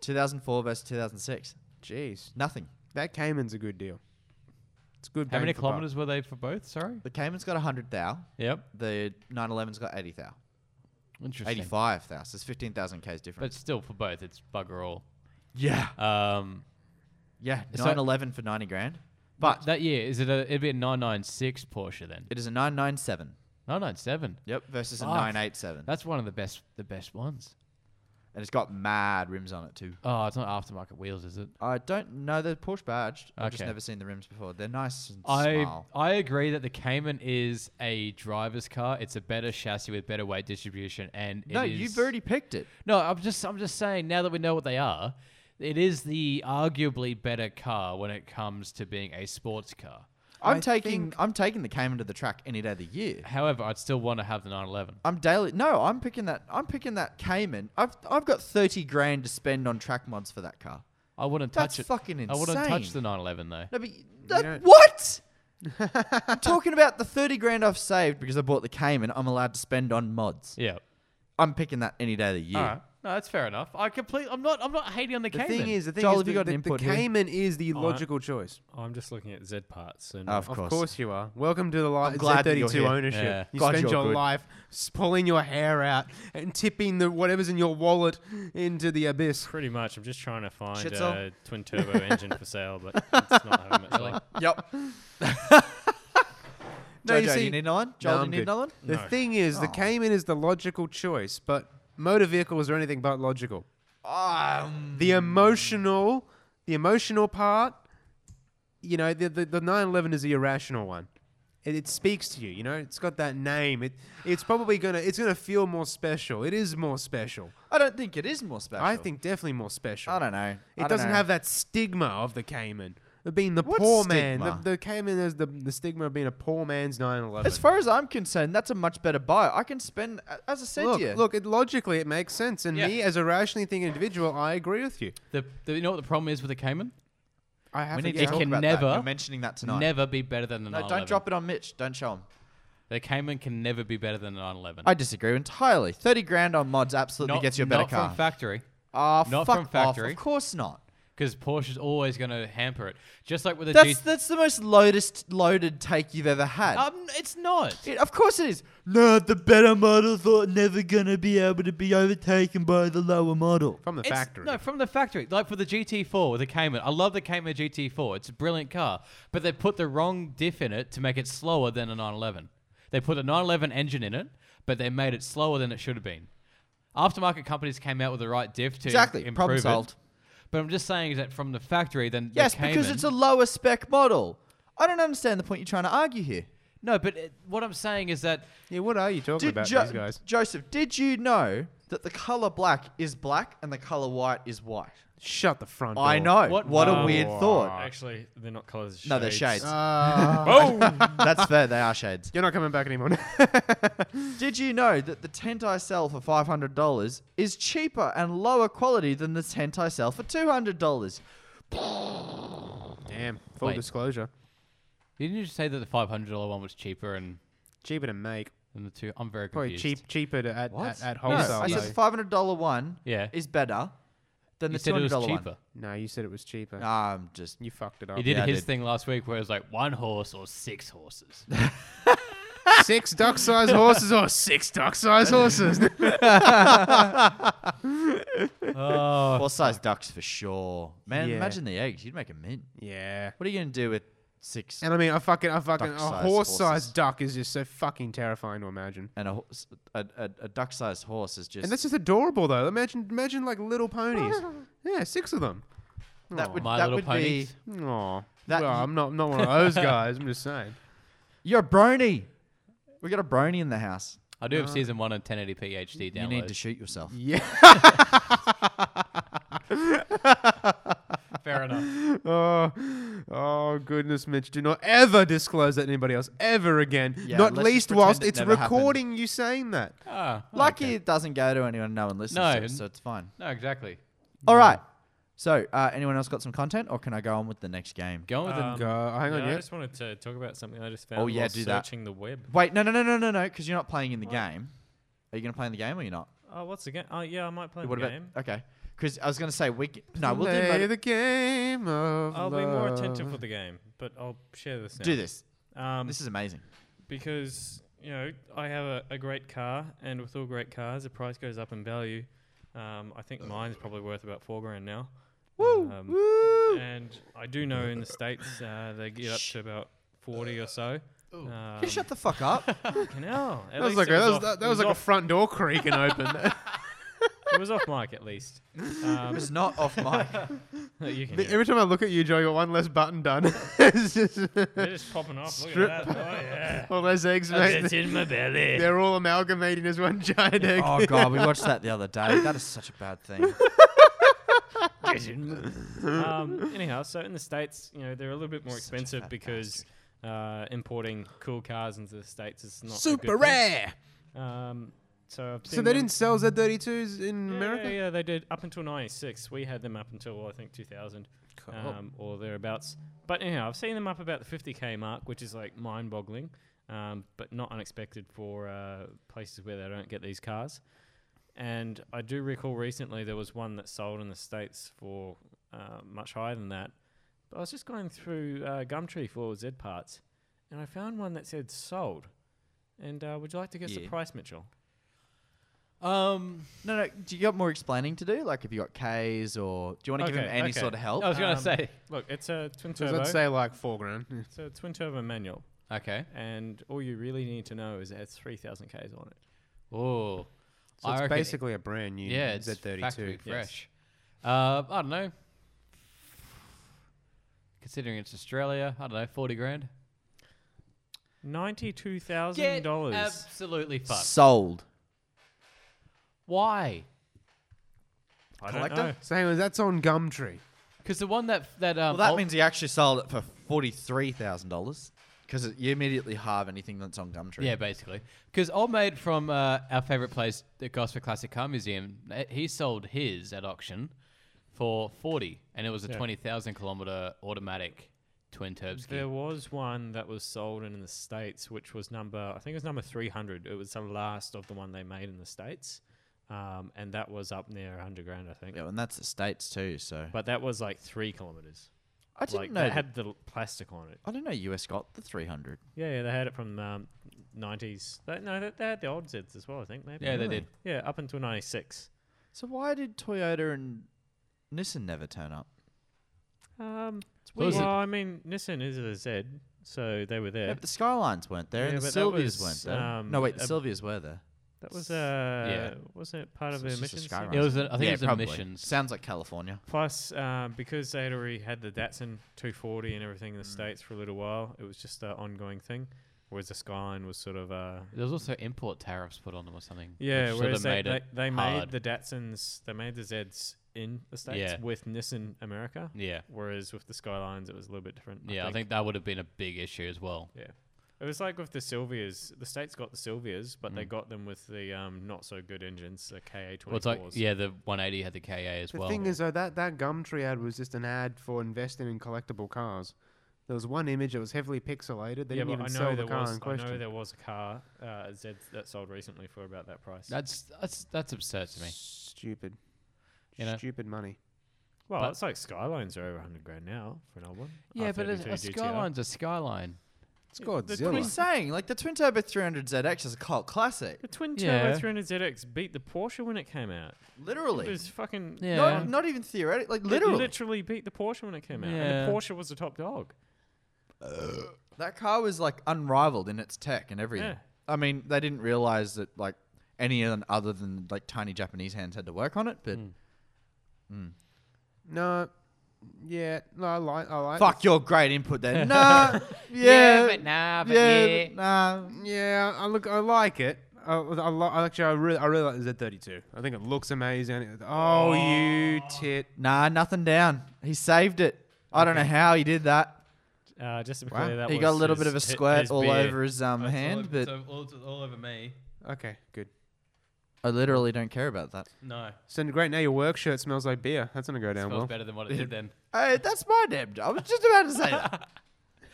S4: 2004 versus 2006.
S5: Jeez,
S4: Nothing.
S5: that Cayman's a good deal. It's good.
S2: how
S5: bang
S2: many
S5: for buck.
S2: kilometers were they for both? Sorry.
S4: The Cayman's got 100 thou.
S2: Yep.
S4: The 911's got 80 thou.
S2: Interesting.
S4: 85 thou. So it's 15,000 k's difference.
S2: But still, for both, it's bugger all.
S4: yeah.
S2: Um,
S4: Yeah.
S2: So-
S4: 911 for 90 grand. But
S2: that year is it? A, it'd be a 996 Porsche then.
S4: it is a 997.
S2: 997.
S4: Yep. Versus a
S2: Fuck.
S4: 987.
S2: That's one of the best, the best ones.
S4: and it's got mad rims on it too.
S2: Oh, it's not aftermarket wheels, is it?
S4: I don't know. They're Porsche badged. I've just
S2: Okay.
S4: never seen the rims before. They're nice and
S2: I
S4: small.
S2: I agree that the Cayman is a driver's car. It's a better chassis with better weight distribution, and it
S4: No,
S2: is-
S4: you've already picked it.
S2: No, I'm just I'm just saying. Now that we know what they are, it is the arguably better car when it comes to being a sports car.
S4: I'm
S5: I
S4: taking
S5: think-
S4: I'm taking the Cayman to the track any day of the year.
S2: However, I'd still want to have the 911.
S4: I'm daily. No, I'm picking that. I'm picking that Cayman. I've I've got thirty grand to spend on track mods for that car.
S2: I wouldn't
S4: That's
S2: touch it.
S4: fucking
S2: I wouldn't touch
S4: insane.
S2: the 911 though.
S4: No, but y- that-
S5: don't-
S4: what? I'm talking about the thirty grand I've saved because I bought the Cayman. I'm allowed to spend on mods.
S2: Yeah.
S4: I'm picking that any day of the year.
S2: All right. No, that's fair enough. I complete. I'm not. I'm not hating on the,
S5: The
S2: Cayman.
S5: thing is, the thing
S4: Joel,
S5: is,
S4: have you
S5: the,
S4: got an
S5: the- the
S4: input here?
S5: Cayman is the
S3: All right.
S5: logical choice.
S3: I'm just looking at Z parts. And
S4: uh, Of
S5: Of
S4: course.
S5: course. you are. Welcome to the
S4: I'm
S5: life.
S4: glad that you're
S5: 32
S4: here.
S5: ownership.
S2: Yeah.
S5: You
S4: God,
S5: spend
S4: you're
S5: your
S4: good.
S5: life s- pulling your hair out and tipping the whatever's in your wallet into the abyss.
S3: pretty much, I'm just trying to find
S4: Shitzel?
S3: a twin turbo engine for sale, but it's not having much luck.
S4: Yep.
S5: No,
S4: Jojo,
S5: you
S4: you,
S5: see-
S4: need another one? Joel,
S5: I'm
S4: you need
S5: good.
S4: another one?
S5: The
S3: No.
S5: thing is, the
S4: Oh.
S5: Cayman is the logical choice, but motor vehicles are anything but logical.
S4: Um,
S5: The emotional, the emotional part, you know, the the, the 911 is the irrational one. It, it speaks to you, you know. It's got that name. It it's probably gonna it's gonna feel more special. It is more special.
S4: I don't think it is more special.
S5: I think definitely more special.
S4: I don't know.
S5: It doesn't have that stigma of the Cayman. Of being the
S4: What
S5: poor man. The,
S4: stigma?
S5: the Cayman is the, the stigma of being a poor man's 911.
S4: As far as I'm concerned, that's a much better buy. I can spend, a- as I said
S5: look,
S4: to you.
S5: look, it, logically it makes sense. And
S2: Yeah.
S5: me, as a rationally thinking individual, I agree with you.
S2: the, the, you know what the problem is with the Cayman?
S5: I have
S4: we need
S5: to
S4: to
S2: It
S5: get
S4: talk
S2: can
S4: about that.
S2: never-
S4: You're mentioning that tonight.
S2: Never be better than the
S4: No,
S2: 911.
S4: don't drop it on Mitch. Don't show him.
S2: The Cayman can never be better than the 911.
S4: I disagree entirely. 30 grand on mods absolutely
S2: Not-
S4: gets you a better
S2: not
S4: car.
S2: from factory.
S4: Ah,
S2: not
S4: fuck
S2: from
S4: off.
S2: factory.
S4: Of course not.
S2: Because Porsche's always going to hamper it. Just like with the G.
S4: That's, that's the most loadest, loaded take you've ever had.
S2: um, it's not.
S4: It- of course it is. No, the better models are never going to be able to be overtaken by the lower model.
S5: from the
S2: It's-
S5: factory.
S2: No, from the factory. Like for the GT4, the Cayman. I love the Cayman GT4. It's a brilliant car. But they put the wrong diff in it to make it slower than a 911. They put a 911 engine in it, but they made it slower than it should have been. Aftermarket companies came out with the right diff to
S4: Exactly.
S2: improve
S4: Problem
S2: it.
S4: solved.
S2: But I'm just saying is that from the factory, then
S4: Yes,
S2: the Cayman,
S4: because it's a lower spec model. I don't understand the point you're trying to argue here.
S2: no. But it, what I'm saying is that
S5: yeah, what are you talking
S4: Did
S5: about,
S4: Jo-
S5: these guys?
S4: Joseph, did you know that the color black is black and the color white is white?
S5: Shut the front door.
S4: I know. What,
S2: What-
S4: a weird
S5: Wow.
S4: thought.
S3: Actually, they're not colours. Um,
S4: No, they're shades.
S5: Ah,
S4: That's fair. They are shades.
S5: you're not coming back anymore.
S4: Did you know that the tent I sell for five hundred dollars is cheaper and lower quality than the tent I sell for two hundred dollars?
S5: Damn. Full
S2: Wait.
S5: disclosure.
S2: didn't you just say that the five hundred dollar one was cheaper and
S5: Cheaper to make.
S2: than the two? I'm very
S5: Probably
S2: confused.
S5: cheap, cheaper to at, at,
S4: What?
S5: at
S2: Oh, No,
S5: wholesale.
S4: I
S5: though.
S4: said the five hundred dollar one
S2: Yeah.
S4: is better than
S2: You
S4: the two
S2: said it
S4: hundred
S2: was
S4: dollar
S2: cheaper.
S4: one.
S5: no, you said it was cheaper.
S4: I'm just
S5: You fucked it up.
S2: He did
S4: Yeah, I
S2: his
S4: did.
S2: thing last week where it was like one horse or six horses.
S5: six duck-sized horses or six duck-sized horses.
S2: oh,
S4: Well, size ducks for sure. Man,
S5: Yeah.
S4: imagine the eggs. You'd make a mint.
S5: yeah.
S4: What are you going to do with six
S5: And I mean, I fucking, I fucking, a
S4: Duck-sized horses.
S5: horse-sized duck is just so fucking terrifying to imagine.
S4: and a, horse- a, a, a duck sized horse is just.
S5: And that's just adorable, though. Imagine, imagine like little ponies. yeah, six of them.
S4: that would,
S2: Oh, My
S4: that
S2: Little
S4: would be.
S2: Ponies?
S5: Aw.
S4: That-
S5: well, I'm not, not one of those guys. I'm just saying.
S4: You're a brony. We got a brony in the house.
S2: I do have season one and 1080p HD download.
S4: Uh, You need to shoot yourself.
S2: Fair enough.
S5: Oh, oh goodness, Mitch! Do not ever disclose that to anybody else ever again.
S4: Yeah,
S5: not
S4: let's just
S5: least
S4: pretend
S5: whilst
S4: it
S5: it's
S4: never happened.
S5: recording you saying that.
S2: Ah, I like
S4: Lucky it doesn't go to anyone no one listens
S2: No,
S4: to,
S2: n-
S4: so it's fine.
S2: it. No, exactly.
S4: All right. So, uh, anyone else got some content, or can I go on with the next game?
S2: Go with
S3: Um,
S2: it.
S5: Go, Oh, hang on,
S3: yeah, I
S5: yeah.
S3: just wanted to talk about something I just found.
S4: Oh, yeah,
S3: while
S4: do that.
S3: searching the web.
S4: Wait, no, no, no, no, no, no, because you're not playing in the game. Are you going to play in the game or you're not?
S3: Oh, what's the game? Oh, yeah, I might play
S4: What
S3: the
S4: about?
S3: game.
S4: Okay. Because I was going to say we. c- No, we'll do.
S5: Play
S4: motor-
S5: the game of
S3: I'll be more attentive
S5: love.
S3: for the game, but I'll share this now.
S4: Do this.
S3: Um,
S4: This is amazing.
S3: because you know I have a, a great car, and with all great cars, the price goes up in value. Um, I think mine's probably worth about four grand now. Woo, And I do know in the states uh, they get up to about forty or so. Um,
S4: Can you shut the fuck up?
S3: fucking hell.
S5: That
S3: At
S5: was like
S3: least it
S5: a, that was,
S3: off-
S5: that,
S3: it
S5: that was like a
S3: off-
S5: front door creaking open.
S3: it was off mic at least. Um,
S4: It's not off mic.
S3: you can
S5: The-
S3: hear it.
S5: Every time I look at you, Joe, you got one less button done. it's just
S3: They're just popping off.
S5: Strip.
S3: Look at that. Oh, yeah.
S5: all those eggs, mate.
S3: That's in my belly.
S5: They're all amalgamating as one giant egg.
S4: Oh god, we watched that the other day. That is such a bad thing.
S3: um, anyhow, so in the states, you know, they're a little bit more
S4: Such a
S3: expensive
S4: fat
S3: because uh, importing cool cars into the states is not a good
S5: Super
S3: thing.
S5: rare.
S3: Um, so I've
S5: So
S3: seen
S5: they
S3: them-
S5: didn't sell Z32s in
S3: Yeah,
S5: America.
S3: Yeah, yeah, they did up until '96. We had them up until I think 2000
S5: Cool.
S3: um, or thereabouts. But anyhow, I've seen them up about the 50k mark, which is like mind-boggling, um, but not unexpected for uh, places where they don't get these cars. And I do recall recently there was one that sold in the states for uh, much higher than that. But I was just going through uh, Gumtree for Z parts, and I found one that said sold. And uh, would you like to guess the
S4: Yeah.
S3: price, Mitchell?
S4: Uh,
S2: Um,
S4: No, no. Do you got more explaining to do? Like, have you got K's or do you want to give him
S3: Okay,
S4: any
S3: okay.
S4: sort of help?
S2: I was gonna
S3: Um,
S2: say.
S3: Look, it's a twin
S5: So
S3: turbo.
S5: let's say like four grand.
S3: it's a twin turbo manual.
S2: Okay.
S3: and all you really need to know is it has 3,000 Ks on it.
S2: Oh,
S5: So
S2: I
S5: it's
S2: reckon-
S5: basically a brand new
S2: yeah, it's factory
S5: Z32.
S2: fresh. Uh, I don't know. Considering it's Australia, I don't know, forty grand.
S3: $92,000.
S2: absolutely fucked.
S4: Sold.
S2: Why?
S3: I don't
S4: collector?
S3: know.
S5: So hang on, that's on Gumtree.
S2: Because the one that that um,
S4: Well, that
S2: ul-
S4: means he actually sold it for forty-three thousand dollars because you immediately halve anything that's on Gumtree.
S2: Yeah, basically. Because old mate from uh, our favourite place, the Gosford Classic Car Museum, eh, he sold his at auction for 40 and it was a
S3: Yeah.
S2: 20,000 kilometre automatic twin turb ski.
S3: There was one that was sold in the States, which was number, I think it was number 300. It was the last of the one they made in the States. Um, and that was up near 100 grand, I think.
S4: yeah, and that's the states too. So
S3: But that was like three kilometers.
S4: I didn't
S3: like,
S4: know.
S3: They
S4: that-
S3: had the l- plastic on it.
S4: I don't know. US got the three hundred.
S3: Yeah, yeah, they had it from um, 90s. They, no, they, they had the old Zeds as well, I think, maybe.
S2: yeah, they
S4: Really?
S2: did.
S3: Yeah, up until 96.
S4: So why did Toyota and Nissan never turn up?
S3: Um,
S4: It's
S2: Well,
S4: weird.
S2: is it-
S3: well, I mean, Nissan is a Z, so they were
S4: Yeah,
S3: there.
S4: but the Skylines weren't there,
S3: Yeah,
S4: and the
S3: but that
S4: Silvias
S3: was,
S4: weren't there.
S3: um,
S4: no, wait, the
S3: a-
S4: Silvias were there.
S3: That was uh, wasn't it part
S4: So
S3: of the
S4: it's just a
S3: emissions?
S4: sky
S3: thing?
S2: It was, a, I think
S4: Yeah,
S2: it was
S4: probably.
S2: emissions.
S4: Sounds like California.
S3: Plus, uh, because they had already had the Datsun 240 and everything in
S2: Mm.
S3: the states for a little while, it was just an ongoing thing. Whereas the Skyline was sort of uh,
S2: There was also import tariffs put on them or something.
S3: yeah.
S2: which sorta
S3: Whereas they
S2: made
S3: they,
S2: it
S3: they
S2: hard.
S3: made the Datsuns, they made the Zeds in the states
S2: Yeah.
S3: with Nissan America.
S2: yeah,
S3: Whereas with the Skylines, it was a little bit different.
S2: yeah. I think, that would have been a big issue as well.
S3: Yeah. It was like with the Silvias. The states got the Silvias, but
S2: Mm.
S3: they got them with the um, not so good engines, the KA
S2: Well,
S3: twenty
S2: it's like
S3: fours.
S2: yeah, the 180 had the KA as
S5: The
S2: well.
S5: thing is, though, that that Gumtree ad was just an ad for investing in collectible cars. There was one image that was heavily pixelated. They
S3: yeah,
S5: didn't
S3: but
S5: even
S3: I
S5: sell
S3: know
S5: the
S3: there
S5: car
S3: was.
S5: in
S3: I know
S5: question.
S3: there was a car uh, Z that sold recently for about that price.
S2: that's that's that's absurd to me.
S5: Stupid,
S2: You know?
S5: stupid money.
S3: well,
S2: but-
S3: it's like Skylines are over hundred grand now for an old one.
S2: Yeah, but
S3: R32
S2: a, a
S3: GTR.
S2: skyline's a skyline.
S5: It's
S3: the
S4: What are you
S5: Godzilla.
S4: saying? Like the twin turbo 300ZX is a cult classic,
S3: The twin
S2: Yeah.
S3: turbo 300 ZX beat the Porsche when it came out. It
S4: literally.
S3: was fucking
S2: Yeah.
S4: Not, not even theoretically, like
S3: it
S4: literally.
S3: literally beat the Porsche when it came out,
S2: Yeah.
S3: and the Porsche was the top dog.
S4: That car was like unrivaled in its tech and everything.
S3: Yeah.
S4: I mean, they didn't realize that like any other than like tiny Japanese hands had to work on it, but
S5: No, yeah, no, I like, I like.
S4: fuck your great input there. nah, yeah,
S2: but nah, but yeah.
S4: nah.
S5: Yeah, I look, I like it. I, I li- I actually, I really, I really like the Z32. I think it looks amazing. It- oh, you tit!
S4: Nah, nothing down. He saved it. I don't know how he did that.
S3: Uh, just to be
S5: Wow.
S3: clear, that
S4: he
S3: was
S4: got a little bit
S3: his-
S4: of a
S3: hi-
S4: squirt
S3: his
S4: all
S3: beer.
S4: over his um, hand, but
S2: all, all over me.
S5: Okay, good.
S4: I literally don't care about that.
S2: No,
S5: So great. Now your work shirt smells like beer. That's gonna go down
S2: smells
S5: well.
S2: better than what it did then.
S4: Hey, that's my damn job. I was just about to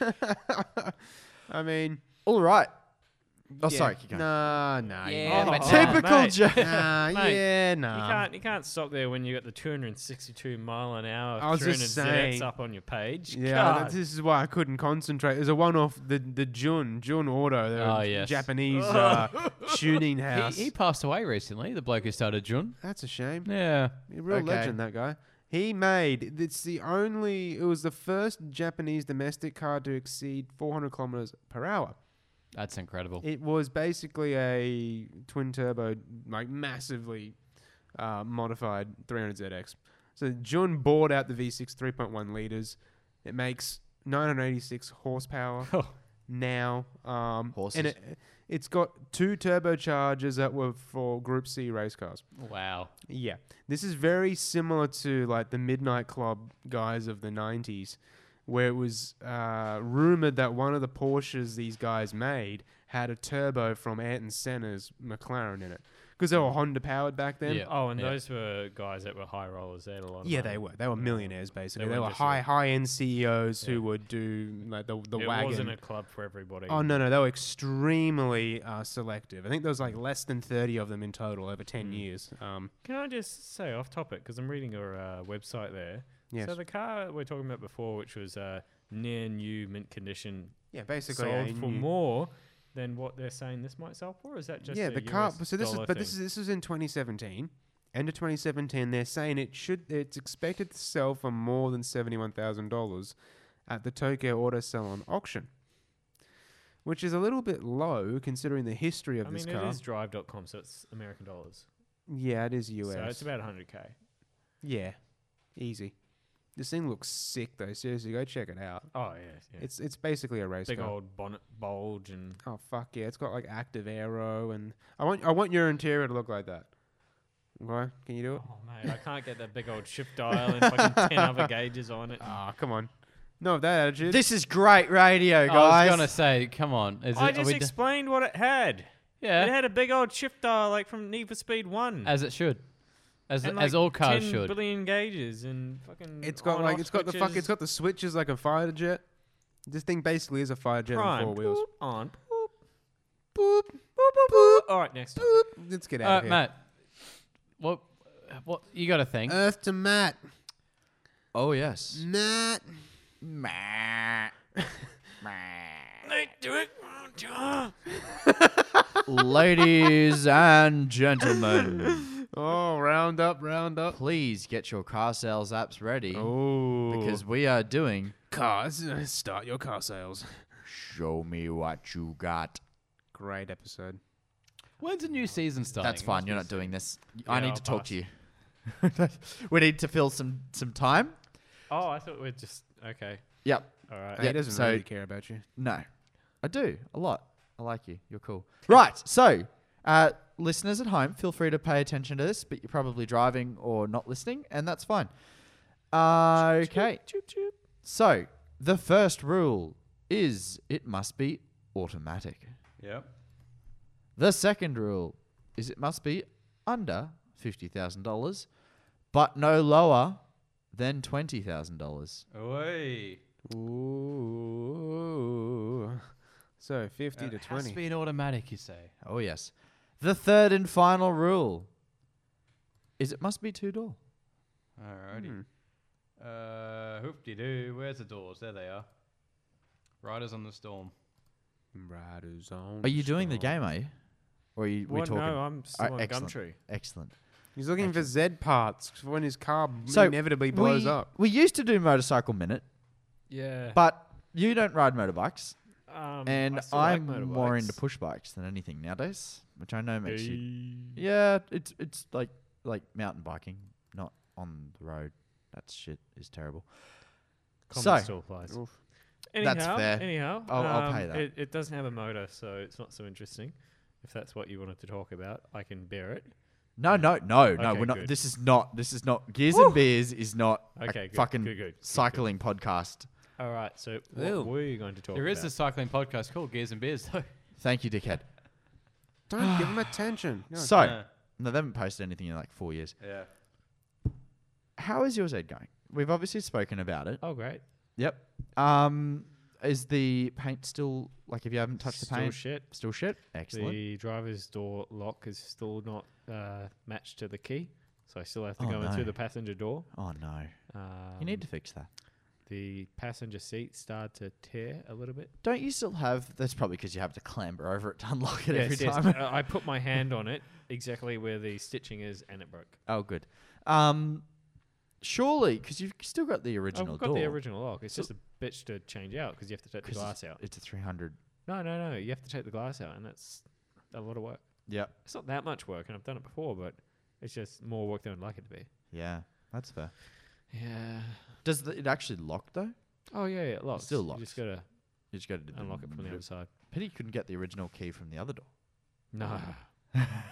S4: say that.
S5: I mean,
S4: All right. Oh,
S5: yeah.
S4: sorry. keep going.
S5: Nah, nah. you-
S2: Yeah, but nah.
S4: Typical
S3: mate.
S4: Joe.
S5: Nah,
S3: Mate,
S5: yeah,
S3: You
S5: nah.
S3: can't you can't stop there when you got the 262 mile an hour
S5: I was
S3: 300
S5: just
S3: ZX
S5: saying.
S3: up on your page.
S5: Yeah,
S3: God.
S5: that, this is why I couldn't concentrate. There's a one-off the the Jun Jun Auto, the
S2: Oh, yes.
S5: Japanese uh, tuning house.
S2: He, he passed away recently. The bloke who started Jun.
S5: That's a shame.
S2: Yeah.
S5: A real
S4: Okay.
S5: legend, that guy. He made it's the only. It was the first Japanese domestic car to exceed 400 kilometers per hour.
S2: That's incredible.
S5: It was basically a twin turbo, like massively uh, modified 300ZX. So Jun bored out the V6 3.1 liters. It makes 986 horsepower now. Um,
S4: Horses.
S5: And it, it's got two turbochargers that were for Group C race cars.
S2: Wow.
S5: Yeah, this is very similar to like the Midnight Club guys of the '90s, where it was uh, rumored that one of the Porsches these guys made had a turbo from Anton Senna's McLaren in it because they were Honda powered back then.
S2: Yeah.
S3: Oh, and
S2: Yeah.
S3: those were guys that were high rollers. They had a lot. Of
S5: Yeah,
S3: money.
S5: they were. They were millionaires basically.
S3: They
S5: They,
S3: weren't
S5: were
S3: just
S5: high,
S3: like-
S5: high-end CEOs
S3: Yeah.
S5: who would do like the the
S3: it
S5: wagon.
S3: wasn't a club for everybody.
S5: Oh no, no, they were extremely uh, selective. I think there was like less than thirty of them in total over ten years. Um,
S3: Can I just say off topic because I'm reading your uh, website there.
S5: yes.
S3: So the car we are talking about before, which was uh, near new mint condition,
S5: yeah, basically a
S3: sold for
S5: new-
S3: more than what they're saying this might sell for. Is that just
S5: yeah,
S3: a
S5: the car.
S3: US
S5: So this is,
S3: dollar
S5: but this is
S3: thing?
S5: this is in 2017. End of 2017, they're saying it should. It's expected to sell for more than seventy-one thousand dollars at the Tokyo Auto Salon auction, which is a little bit low considering the history of
S3: I
S5: this
S3: mean,
S5: car.
S3: it is drive.com, so it's American dollars.
S5: yeah, it is US.
S3: So it's about 100k.
S5: yeah, easy. This thing looks sick though. Seriously, go check it out.
S3: Oh yeah, yeah.
S5: It's it's basically a race
S3: big
S5: car.
S3: old bonnet bulge and
S5: Oh fuck yeah! It's got like active aero, and I want I want your interior to look like that. Why? Can you do it?
S3: oh mate, I can't get that big old shift dial and fucking ten other gauges on it.
S5: Ah, come on. No, with that attitude.
S4: This is great radio,
S2: I
S4: guys.
S2: was gonna say, come on. Is
S3: I
S2: it, are
S3: just
S2: we d-
S3: explained what it had. It
S2: yeah,
S3: had a big old shift dial like from Need for Speed One.
S2: as it should, as
S3: and
S2: as
S3: like
S2: all cars
S3: 10
S2: should.
S3: billion gauges and fucking.
S5: it's got like it's got the fuck. It's got the switches like a fighter jet. This thing basically is a fighter jet on four wheels.
S3: on.
S5: Boop boop boop
S3: All right, next.
S5: boop. Let's get out
S2: Uh,
S5: of here.
S2: Matt, what what you got to think?
S4: Uh,
S5: Earth to Matt.
S4: oh yes.
S5: Matt.
S4: Ladies and gentlemen,
S5: Oh, round up, round up.
S4: please get your car sales apps ready
S5: Oh,
S4: because we are doing
S5: cars uh, start your car sales.
S4: Show Me What You Got.
S5: Great episode.
S2: When's the new season starting?
S4: That's fine. You're not doing this. I
S3: Yeah,
S4: need
S3: I'll
S4: to talk to you. we need to fill some some time.
S3: Oh, I thought we are just okay.
S4: Yep.
S3: All right.
S5: He
S4: Yeah,
S5: doesn't
S4: so-
S5: really care about you.
S4: No. I do a lot. I like you. You're cool. Right. So, uh, listeners at home, feel free to pay attention to this, but you're probably driving or not listening, and that's fine. Uh, okay. So, the first rule is it must be automatic.
S5: Yep.
S4: The second rule is it must be under $50,000, but no lower than $20,000.
S2: Oi.
S5: Ooh. So fifty to
S2: It has
S5: twenty.
S2: to be an automatic, you say.
S4: Oh, yes. The third and final rule is it must be two door.
S2: Alrighty.
S4: Hmm.
S2: Uh, hoop de doo. Where's the doors? There they are. Riders on the storm.
S5: Riders on.
S4: Are you doing the
S5: storm.
S4: game, are you? Or are you, we
S3: Well,
S4: talking?
S3: no, I'm still
S4: Alright,
S3: on
S4: excellent.
S3: Gumtree.
S4: Excellent.
S5: He's looking for Z parts for when his car
S4: So
S5: inevitably blows
S4: we,
S5: up.
S4: We used to do motorcycle minute,
S3: Yeah.
S4: but you don't ride motorbikes,
S3: um,
S4: and
S3: I still like
S4: I'm more
S3: motorbikes.
S4: into push bikes than anything nowadays, which I know makes you. Yeah, it's it's like like mountain biking, not on the road. That shit is terrible.
S3: Comment
S4: so-
S3: still applies.
S5: Oof.
S3: Anyhow,
S4: That's fair.
S3: Anyhow,
S4: I'll- I'll pay
S3: um,
S4: that.
S3: It, it doesn't have a motor, so it's not so interesting. If that's what you wanted to talk about, I can bear it.
S4: No, no, no, no.
S3: Okay,
S4: We're not.
S3: good.
S4: This is not. This is not. Gears and Beers is not
S3: Okay,
S4: a
S3: good,
S4: fucking
S3: good, good, good, good.
S4: cycling podcast.
S3: All right. So
S5: Ew.
S3: what were you going to talk
S2: There
S3: about?
S2: is a cycling podcast called Gears and Beers, though.
S4: Thank you, dickhead.
S5: Don't give him attention. No.
S4: so,
S2: no.
S4: no, they haven't posted anything in like four years.
S2: Yeah.
S4: How is yours ed going? We've obviously spoken about it.
S3: Oh, great.
S4: Yep. Um, is the paint still like? If you haven't touched
S3: Still
S4: the paint,
S3: shit.
S4: still shit. Excellent.
S3: The driver's door lock is still not uh, matched to the key, so I still have to
S4: Oh,
S3: go in
S4: no.
S3: through the passenger door.
S4: oh no,
S3: Um,
S4: you need to fix that.
S3: the passenger seat started to tear a little bit.
S4: Don't you still have? That's probably because you have to clamber over it to unlock it every
S3: Yes, yes.
S4: time.
S3: Uh, I put my hand on it exactly where the stitching is, and it broke.
S4: oh, good. Um, surely because you've still got the original
S3: I've got
S4: door.
S3: the original lock. It's
S4: So-
S3: just a bitch to change out because you have to take the
S4: 'cause
S3: glass
S4: it's,
S3: out.
S4: It's a three hundred.
S3: No, no, no. You have to take the glass out, and that's a lot of work.
S4: Yep.
S3: It's not that much work, and I've done it before, but It's just more work than I'd like it to be.
S4: Yeah, that's fair.
S3: Yeah.
S4: Does the, it actually lock though?
S3: Oh yeah, yeah, it locks.
S4: still
S3: You just
S4: locked.
S3: gotta
S4: You just got to
S3: unlock it from the other side.
S4: Pity you couldn't get the original key from the other door.
S3: Nah.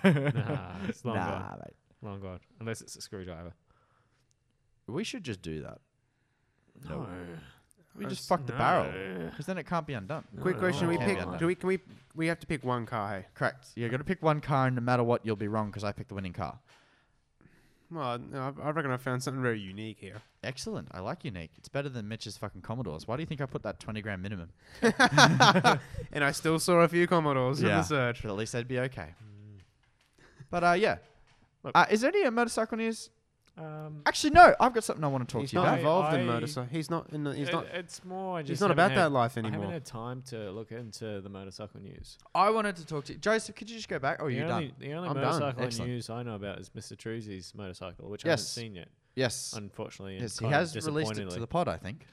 S3: nah, it's long gone.
S4: nah, mate.
S3: Long gone. Unless it's a screwdriver.
S4: We should just do that. Nope. We
S5: I
S4: just
S5: s-
S4: fuck the barrel. 'Cause then it can't be undone.
S5: Quick question: We
S4: Can't be
S5: pick?
S4: undone.
S5: Do we? Can we? We have to pick one car. Hey.
S4: Correct. You're gonna pick one car, and no matter what, you'll be wrong because I picked the winning car.
S5: Well, I- I reckon I found something very unique here.
S4: Excellent. I like unique. It's better than Mitch's fucking Commodores. Why do you think I put that twenty grand minimum?
S5: and I still saw a few Commodores in
S4: Yeah.
S5: the search.
S4: But at least they'd be okay. But uh, yeah. Uh, is there any uh, motorcycle news?
S3: Um,
S4: Actually, no. I've got something I want to talk
S5: He's
S4: to you
S5: not
S4: about.
S5: involved in
S3: I-
S5: motorcycle. He's not. In the, he's
S3: it-
S5: not.
S3: It's more. I just
S5: He's not
S3: haven't
S5: about that
S3: had-
S5: life
S3: I haven't
S5: anymore.
S3: had time to look into the motorcycle news.
S4: I wanted to talk to you, Joseph. Could you just go back? Oh,
S3: the
S4: you're
S3: only,
S4: done.
S3: The only
S4: I'm done.
S3: motorcycle
S4: Excellent.
S3: news I know about is Mr. Truzzi's motorcycle, which
S4: Yes.
S3: I haven't seen yet,
S4: Yes.
S3: unfortunately. and
S4: Yes, he
S3: kind of
S4: has released it to
S3: disappointingly.
S4: the pod, I think.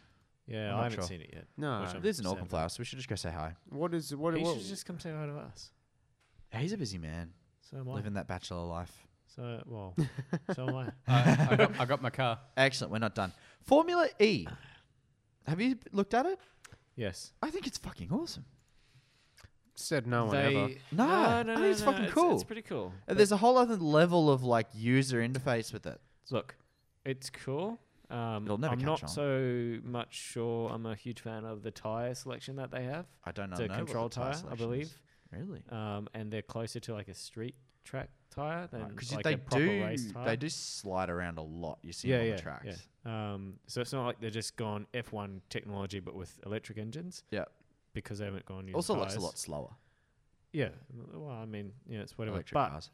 S4: I'm
S3: Yeah, I
S4: not
S3: haven't
S4: sure.
S3: seen it yet.
S5: No.
S3: Which I'm
S4: There's an
S3: sad
S4: Auckland
S3: about.
S4: Flowers. We should just go say hi.
S5: What is what?
S3: He
S5: what
S3: should just come say hi to us.
S4: He's a busy man,
S3: So am I.
S4: living that bachelor life.
S3: So well, so am I.
S2: I, I, got, I got my car.
S4: Excellent. We're not done. Formula E. Have you looked at it?
S3: Yes.
S4: I think it's fucking awesome.
S5: said no one
S3: They-
S5: ever.
S4: Nah, I think it's fucking
S3: it's,
S4: cool.
S3: It's pretty cool.
S4: And There's a whole other level of like user interface with it.
S3: Look, it's cool. Um,
S4: It'll never
S3: I'm
S4: catch
S3: not
S4: on.
S3: so much sure. I'm a huge fan of the tire selection that they have.
S4: I don't know.
S3: It's a
S4: know what the
S3: control
S4: tire
S3: tire, I
S4: selection is.
S3: believe.
S4: Really?
S3: Um, and they're closer to like a street track tire than
S4: Because
S3: like
S4: they
S3: a proper
S4: do,
S3: race tire.
S4: they do slide around a lot. You see 'em
S3: Yeah,
S4: on
S3: yeah,
S4: the tracks.
S3: yeah. Um, so it's not like they're just gone F1 technology, but with electric engines.
S4: Yeah.
S3: Because they haven't gone. using
S4: Also, looks a
S3: tyres.
S4: lot slower.
S3: Yeah. Well, I mean, yeah, it's whatever.
S4: Electric
S3: but
S4: cars.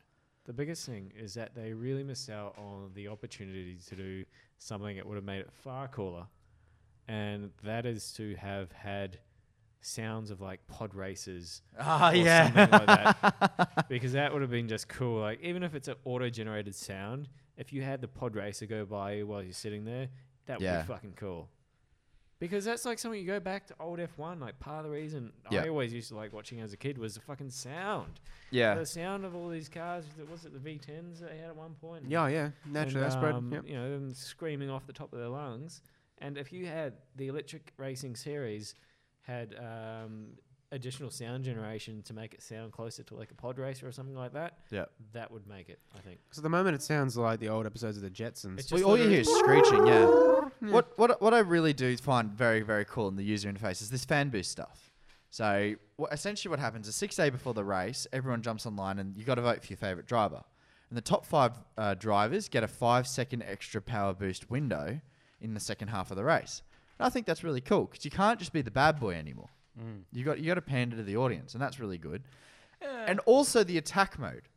S3: The biggest thing is that they really missed out on the opportunity to do something that would have made it far cooler, and that is to have had sounds of like pod races
S4: Ah,
S3: or something like that, because that would have been just cool. Like even if it's an auto-generated sound, if you had the pod racer go by you while you're sitting there, that
S4: Yeah.
S3: would be fucking cool. Because that's like something you go back to old F1. Like part of the reason
S4: Yeah.
S3: I always used to like watching as a kid was the fucking sound
S4: Yeah.
S3: the sound of all these cars. th- Was it the V10s that they had at one point?
S5: Yeah, yeah.
S3: And,
S5: Naturally, that's spread.
S3: um,
S5: Yep.
S3: You know, them screaming off the top of their lungs. And if you had the electric racing series, had um, additional sound generation to make it sound closer to like a pod racer or something like that,
S4: Yeah.
S3: that would make it. I think.
S5: So at the moment, it sounds like the old episodes of the Jetsons.
S3: It's
S4: Well,
S3: just
S4: all you hear is screeching. Yeah. What what what I really do find very very cool in the user interface is this fan boost stuff. So wha- essentially, what happens is six day before the race, everyone jumps online and you got to vote for your favorite driver. And the top five uh, drivers get a five second extra power boost window in the second half of the race. And I think that's really cool because you can't just be the bad boy anymore. You got you got to pander to the audience, and that's really good. And also the attack mode.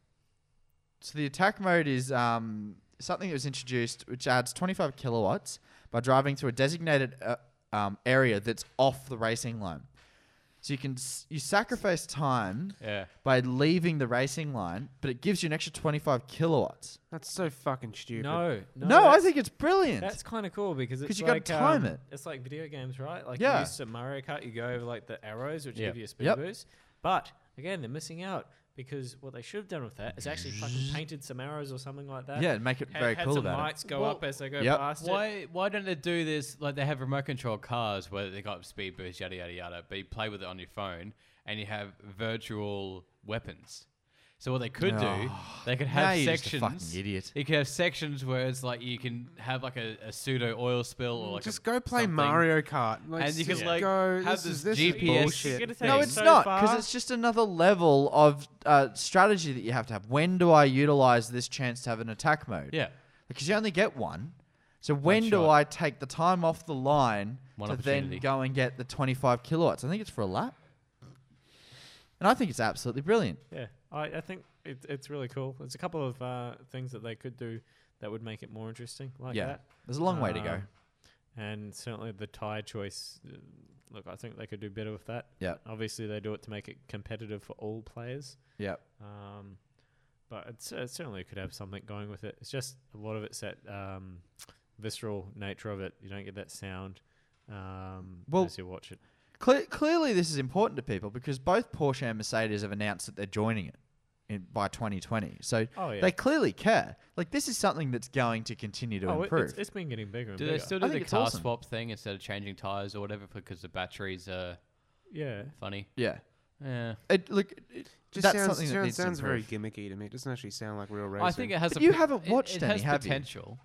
S4: So the attack mode is um, something that was introduced, which adds 25 kilowatts by driving through a designated uh, um, area that's off the racing line. So you can s- you sacrifice time
S2: Yeah.
S4: by leaving the racing line, but it gives you an extra 25 kilowatts.
S5: That's so fucking stupid.
S3: No, no.
S4: No, I
S3: that's-
S4: think it's brilliant.
S3: That's kind of cool because it's
S4: 'Cause you gotta
S3: like,
S4: time
S3: um,
S4: it.
S3: It's like video games, right? Like
S4: Yeah.
S3: you used to Mario Kart, you go over like the arrows, which
S2: Yeah.
S3: give you a speed
S4: Yep.
S3: boost. But again, they're missing out because what they should have done with that is actually fucking painted some arrows or something like that.
S4: yeah, make it
S3: Ha-
S4: very
S3: had
S4: cool
S3: some
S4: about it.
S3: lights go
S2: Well,
S3: up as they go
S4: yep.
S3: past it.
S2: Why why don't they do this like they have remote control cars where they got speed boost, yada yada yada, but you play with it on your phone and you have virtual weapons. So what they could do, they could
S4: Now
S2: have
S4: you're just a
S2: sections.
S4: fucking idiot.
S2: You could have sections where it's like you can have like a, a pseudo oil spill or like a
S5: just go play
S2: something.
S5: Mario Kart. Like,
S2: And you can,
S5: just
S2: like,
S5: go,
S2: have
S5: this, is,
S2: this
S5: this is
S2: GPS
S5: bullshit.
S3: You're gonna
S4: No,
S3: take
S4: it's
S3: so
S4: not because
S3: far.
S4: it's just another level of uh, strategy that you have to have. When do I utilize this chance to have an attack mode?
S2: Yeah.
S4: because you only get one. So when do
S2: shot.
S4: I take the time off the line
S2: One
S4: to then
S2: opportunity.
S4: go and get the 25 kilowatts? I think it's for a lap. And I think it's absolutely brilliant.
S3: Yeah, I, I think it, it's really cool. There's a couple of uh, things that they could do that would make it more interesting, like
S4: yeah.
S3: that.
S4: There's a long way to go.
S3: Um, And certainly the tire choice. uh, Look, I think they could do better with that.
S4: Yeah.
S3: Obviously, they do it to make it competitive for all players.
S4: Yeah.
S3: Um, but it's, it certainly could have something going with it. It's just a lot of it's that um, visceral nature of it. You don't get that sound um,
S4: Well-
S3: as you watch it.
S4: Cle- clearly, this is important to people because both Porsche and Mercedes have announced that they're joining it. in, by 2020. So
S3: Oh, yeah.
S4: they clearly care. Like this is something that's going to continue to
S3: oh, it-
S4: improve.
S3: it's, it's been getting bigger and
S2: Do
S3: bigger.
S2: they still
S4: I
S2: do the
S4: think it's
S2: car
S4: awesome.
S2: swap thing instead of changing tires or whatever because the batteries are
S3: yeah.
S2: funny?
S4: yeah.
S2: Yeah.
S4: It, look, it,
S5: Just
S4: that's
S5: sounds,
S4: something that
S5: sounds,
S4: needs to
S5: sounds very
S4: improve.
S5: gimmicky to me. It doesn't actually sound like real racing.
S2: I think it has.
S4: But
S2: a
S4: you
S2: pot-
S4: haven't
S2: it-
S4: watched
S2: it,
S4: any,
S2: has
S4: have you?
S2: potential.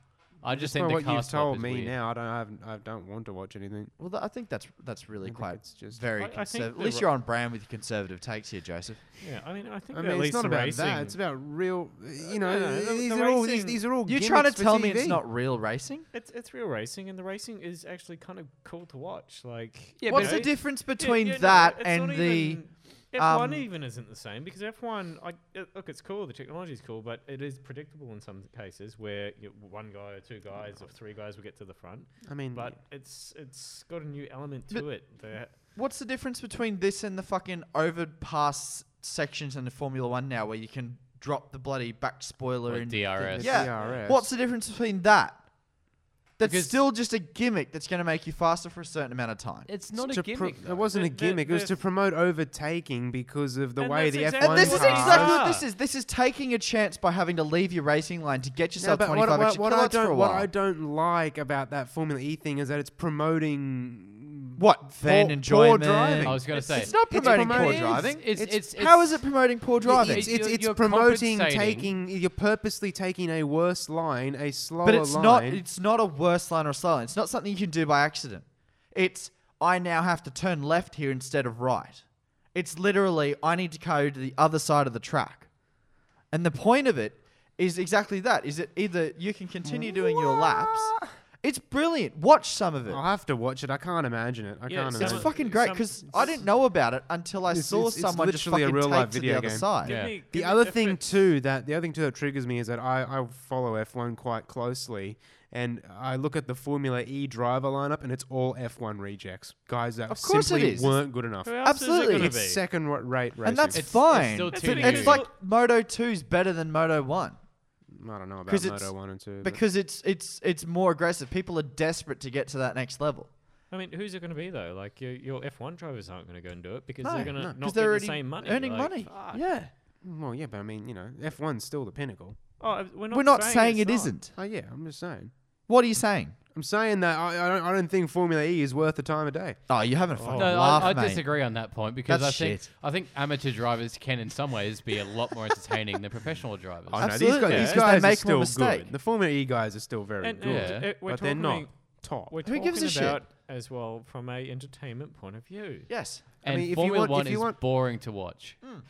S2: I just
S5: Well,
S2: think the
S5: what
S2: car
S5: you've
S2: swap
S5: told
S2: is
S5: me
S2: weird.
S5: now, I don't, I, haven't, I don't want to watch anything.
S4: Well, th- I think that's that's really
S5: I think
S4: quite
S5: it's just-
S4: very
S3: I- I think
S4: conservative.
S3: the
S4: At least
S3: ro-
S4: you're on brand with your conservative takes here, Joseph.
S3: Yeah, I mean, I think
S5: I
S3: at
S5: mean,
S3: least
S5: it's not
S3: the
S5: about
S3: racing,
S5: that. It's about real. You know,
S3: no, the-
S5: these,
S3: the
S5: are all, these,
S3: racing-
S5: these are all.
S4: You're trying to
S5: gimmicks for
S4: tell me it's
S5: TV.
S4: not real racing?
S3: it's it's real racing, and the racing is actually kind of cool to watch. Like,
S2: Yeah, but
S4: What's
S2: it-
S4: the
S2: it-
S4: difference
S3: Yeah,
S4: between
S3: yeah, no,
S4: that
S3: it's
S4: and
S3: not
S4: the?
S3: even- F1
S4: um,
S3: even isn't the same because F1, like, it- look, it's cool, the technology's cool, but it is predictable in some cases where you know, one guy or two guys or three guys will get to the front.
S5: I mean,
S3: But it's it's got a new element to
S4: But-
S3: it. That,
S4: What's the difference between this and the fucking overpass sections in the Formula One now, where you can drop the bloody back spoiler
S2: Or
S4: in?
S2: DRS.
S4: Yeah.
S5: DRS.
S4: What's the difference between that? That's
S2: Because-
S4: still just a gimmick that's going to make you faster for a certain amount of time.
S2: It's not
S5: to
S2: a
S5: pro-
S2: gimmick.
S5: it wasn't a
S3: The- the-
S5: gimmick. it was
S3: the-
S5: to promote overtaking because of the
S3: And
S5: way
S3: that's
S5: the F1
S3: exactly
S4: and this is
S5: car-
S4: exactly what
S2: car.
S4: this is. This is taking a chance by having to leave your racing line to get
S5: No,
S4: yourself
S5: but what,
S4: 25
S5: what,
S4: extra
S5: what I
S4: kilowatt for a
S5: don't
S4: while.
S5: what I don't like about that Formula E thing is that it's promoting
S4: What, fan
S5: poor
S4: enjoyment?
S5: driving.
S2: I was going to
S4: it's,
S2: say.
S4: it's not
S5: It's
S4: promoting poor
S5: promoting-
S4: driving.
S2: It's, it's, it's,
S4: How is it promoting poor driving?
S5: It's,
S2: You're-
S5: it's, it's
S2: you're
S5: promoting
S2: compensating.
S5: taking. You're purposely taking a worse line, a slower
S4: but it's
S5: line.
S4: not. It's not a worse line or a slow line. It's not something you can do by accident. It's I now have to turn left here instead of right. It's literally I need to go to the other side of the track, and the point of it is exactly that. Is it either you can continue doing your laps? It's brilliant. Watch some of it.
S5: I'll have to watch it. I can't imagine it. I can't
S3: Yeah, so
S4: It's
S5: imagine.
S3: Some-
S4: fucking great
S3: some-
S4: because I didn't know about it until I
S5: It's-
S4: saw
S5: it's- it's
S4: someone just
S5: literally
S4: fucking
S5: a real-life
S4: take to the
S5: video
S4: other
S5: game.
S4: side.
S2: Yeah.
S3: me-
S5: the
S3: me
S5: other
S3: if
S5: thing
S3: it-
S5: too that the other thing too that triggers me is that I, I follow F1 quite closely and I look at the Formula E driver lineup and it's all F1 rejects guys that
S4: Of course it
S5: simply
S4: is.
S5: weren't good enough.
S3: who else is it
S4: Absolutely.
S3: gonna
S5: It's
S3: be?
S5: second ra- rate racing.
S4: And that's
S2: It's- it's
S4: fine.
S2: still
S4: It's,
S2: too
S3: new.
S4: it's like Moto 2's better than Moto 1.
S5: I don't know about
S4: 'Cause it's-
S5: Moto One and Two. but-
S4: because it's it's it's more aggressive. People are desperate to get to that next level.
S3: I mean, who's it going to be, though? Like, your, your F1 drivers aren't going to go and do it because
S4: No,
S3: they're going to
S5: no.
S3: not
S4: Because
S3: get
S4: they're
S3: the
S4: already
S3: same money.
S4: earning
S3: like,
S4: money.
S3: fuck.
S4: Yeah,
S5: well, yeah, but I mean, you know, F1's still the pinnacle.
S3: Oh, I- we're not
S4: we're not
S3: saying,
S4: saying, it
S3: it's not.
S5: Oh
S4: not
S5: yeah, I'm just saying.
S4: What are you saying?
S5: I'm saying that I, I don't I don't think Formula E is worth the time of day.
S4: Oh, you haven't fucking
S2: No,
S4: laugh,
S2: I, I
S4: mate.
S2: disagree on that point because
S4: That's
S2: I think
S4: shit.
S2: I think amateur drivers can, in some ways, be a lot more entertaining than professional drivers.
S5: Oh, no, these
S4: Absolutely,
S5: guys, these
S4: because they
S5: guys
S4: make
S5: are still
S4: more mistake.
S5: good. The Formula E guys are still very
S3: And,
S5: good,
S2: Yeah.
S3: and, uh, we're
S5: but they're not
S3: talking-
S5: top.
S3: We're
S4: Who gives a
S3: talking
S4: shit?
S3: about as well from a entertainment point of view.
S4: Yes,
S5: I
S2: And
S5: mean, if you
S2: Formula
S5: want-
S2: One
S5: if you
S2: is
S5: want-
S2: boring to watch.
S4: Mm.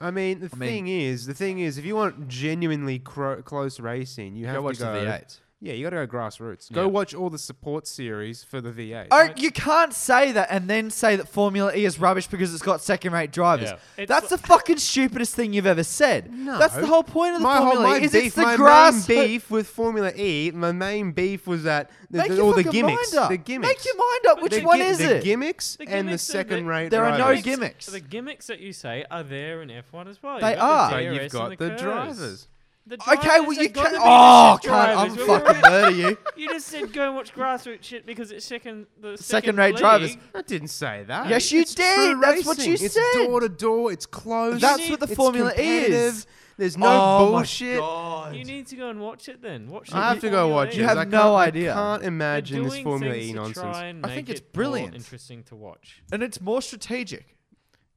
S5: I mean, the
S4: I mean-
S5: thing is, the thing is, if you want genuinely cro- close racing, you have
S4: go watch
S5: to go.
S4: the V8.
S5: Yeah, you got to go grassroots. Go
S2: Yeah.
S5: watch all the support series for the V8.
S4: Oh, you can't say that and then say that Formula E is rubbish because it's got second-rate drivers.
S2: Yeah.
S3: It's
S4: That's the
S3: like-
S4: fucking stupidest thing you've ever said. That's the whole point of the
S5: my whole
S4: Formula
S5: my
S4: E. Is
S5: beef,
S4: it's the
S5: my
S4: grass
S5: main beef with Formula E. My main beef was that the,
S4: Make
S5: the-
S4: your
S5: all the
S4: fucking
S5: gimmicks,
S4: mind up.
S5: the gimmicks,
S4: Make your mind up. Which
S5: the,
S4: one
S5: gi-
S4: is
S5: the
S4: it?
S5: gimmings
S3: The
S5: and the
S3: gimmicks and the-
S5: second rate.
S4: There are no
S5: drivers.
S4: gimmicks.
S3: The gimmicks that you say are there in F1 as well.
S4: They
S3: You've
S4: are.
S3: got
S5: So
S3: The
S5: you've
S3: DRS and
S5: got the
S3: curves.
S5: drivers.
S3: The
S4: Okay, well
S3: drivers
S4: you
S3: are gonna
S4: can't.
S3: be the
S4: Oh,
S3: shit
S4: can't! I'm
S3: drivers. We're
S4: fucking murder
S3: already-
S4: you.
S3: You just said go and watch grassroots shit because it's second the second
S4: Second-rate drivers.
S3: league.
S5: I didn't say that.
S4: Yes, you
S5: It's true
S4: did. That's what
S5: racing.
S4: you
S5: it's
S4: said.
S5: door to door. It's close.
S4: That's what the
S5: it's
S4: Formula E
S5: competitive,
S4: is.
S5: There's no
S4: Oh my
S5: bullshit.
S4: God.
S3: You need to go and watch it then. Watch.
S5: I have to go watch it.
S4: You have
S5: I
S4: no
S5: can't-
S4: idea.
S5: I can't
S3: They're
S5: imagine this
S3: doing
S5: Formula
S3: things
S5: E
S3: to
S5: nonsense.
S3: Try and
S4: I think
S3: make
S4: it's
S3: it more
S4: brilliant.
S3: interesting to watch.
S4: and it's more strategic.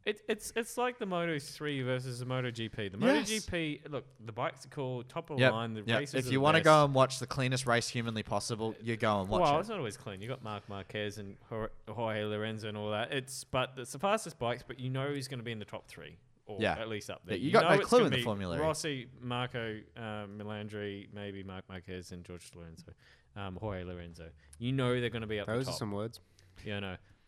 S3: It, it's it's like the Moto three versus the Moto GP. The Moto
S4: Yes.
S3: GP. Look, the bikes are cool, top of the
S4: Yep,
S3: line. The
S4: yep.
S3: races.
S4: If
S3: are
S4: you
S3: the
S4: want to
S3: best.
S4: go and watch the cleanest race humanly possible, you go and watch
S3: well,
S4: it.
S3: it's not always clean. You got Mark Marquez and Jor- Jorge Lorenzo and all that. It's but it's the fastest bikes, but you know who's going to be in the top three, or
S4: Yeah.
S3: at least up there.
S4: Yeah, you got
S3: know
S4: no
S3: it's
S4: clue
S3: gonna
S4: in the
S3: be
S4: Formula E.
S3: Rossi, Marco, um, Melandri, maybe Mark Marquez and George Lorenzo, um, Jorge Lorenzo. You know they're going to be up
S5: Those
S3: the
S5: are
S3: top.
S5: some words.
S3: yeah, I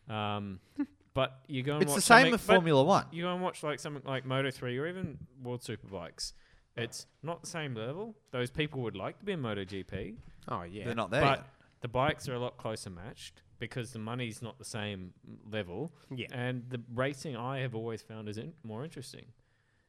S3: know. Um, but you go and
S4: It's
S3: watch
S4: the same
S3: something-
S4: with
S3: but
S4: Formula One.
S3: You go and watch like something like Moto three or even World Superbikes. It's not the same level. Those people would like to be in MotoGP,
S5: Oh yeah.
S4: They're not there.
S3: but
S4: yet.
S3: the bikes are a lot closer matched because the money's not the same level.
S5: Yeah.
S3: And the racing I have always found is in- more interesting.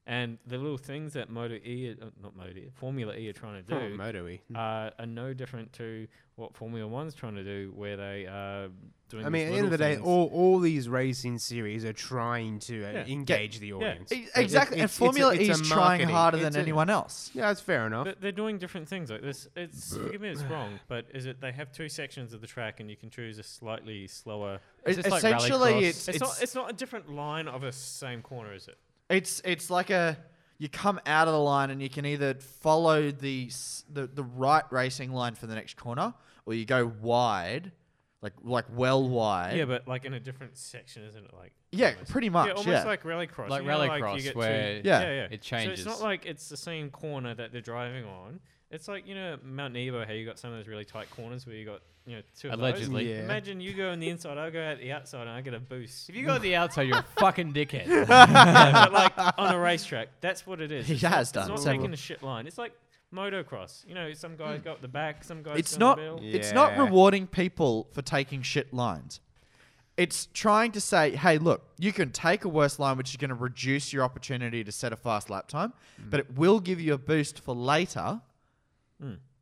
S3: And the little things that Moto E, are- uh, not Moto E, Formula E are trying to do
S5: Moto-y.
S3: uh, are no different to what Formula One's trying to do, where they are doing.
S5: I mean,
S3: these
S5: at the end of the
S3: little
S5: day,
S3: things.
S5: all, all these racing series are trying to uh,
S3: Yeah.
S5: engage the audience.
S4: E-
S5: It-
S4: Exactly.
S5: it's-
S4: and
S5: it's a-
S4: Formula
S5: it's a
S4: E's trying
S5: marketing-
S4: harder
S5: it's
S4: than
S5: a-
S4: anyone else.
S5: Yeah, that's fair enough.
S3: But they're doing different things like this. It's forgive me, if it's wrong, but is it they have two sections of the track, and you can choose a slightly slower.
S2: It's
S4: E-
S2: just like
S4: essentially,
S2: rallycross.
S4: it's,
S3: It's,
S4: it's,
S3: not. It's not a different line of a same corner, is it?
S4: It's it's like a you come out of the line and you can either follow the s- the, the right racing line for the next corner or you go wide, like like well wide.
S3: Yeah, but like in a different section, isn't it? Like
S4: Yeah,
S3: almost.
S4: pretty much.
S3: yeah,
S4: Yeah,
S3: almost like rallycross.
S2: Like
S3: you know,
S2: rallycross,
S3: you get
S2: where
S3: two,
S4: Yeah.
S3: yeah, yeah.
S2: it
S3: So it's
S2: changes.
S3: not like it's the same corner that they're driving on. It's like you know Mount Nebo, how you got some of those really tight corners where you got you know two. of those.
S2: Allegedly.
S5: Yeah.
S3: Imagine you go on the inside, I go out the outside, and I get a boost.
S2: If you go to the outside, you're a fucking dickhead.
S3: yeah, but like on a racetrack, that's what it is.
S4: He
S3: It's
S4: has
S3: not,
S4: done
S3: It's not
S4: several. Hmm.
S3: making a shit line. It's like motocross. You know, some guys go up the back, some guys.
S4: it's
S3: go
S4: not
S3: in the middle.
S5: Yeah.
S4: it's not rewarding people for taking shit lines. It's trying to say, hey, look, you can take a worse line, which is going to reduce your opportunity to set a fast lap time, but it will give you a boost for later.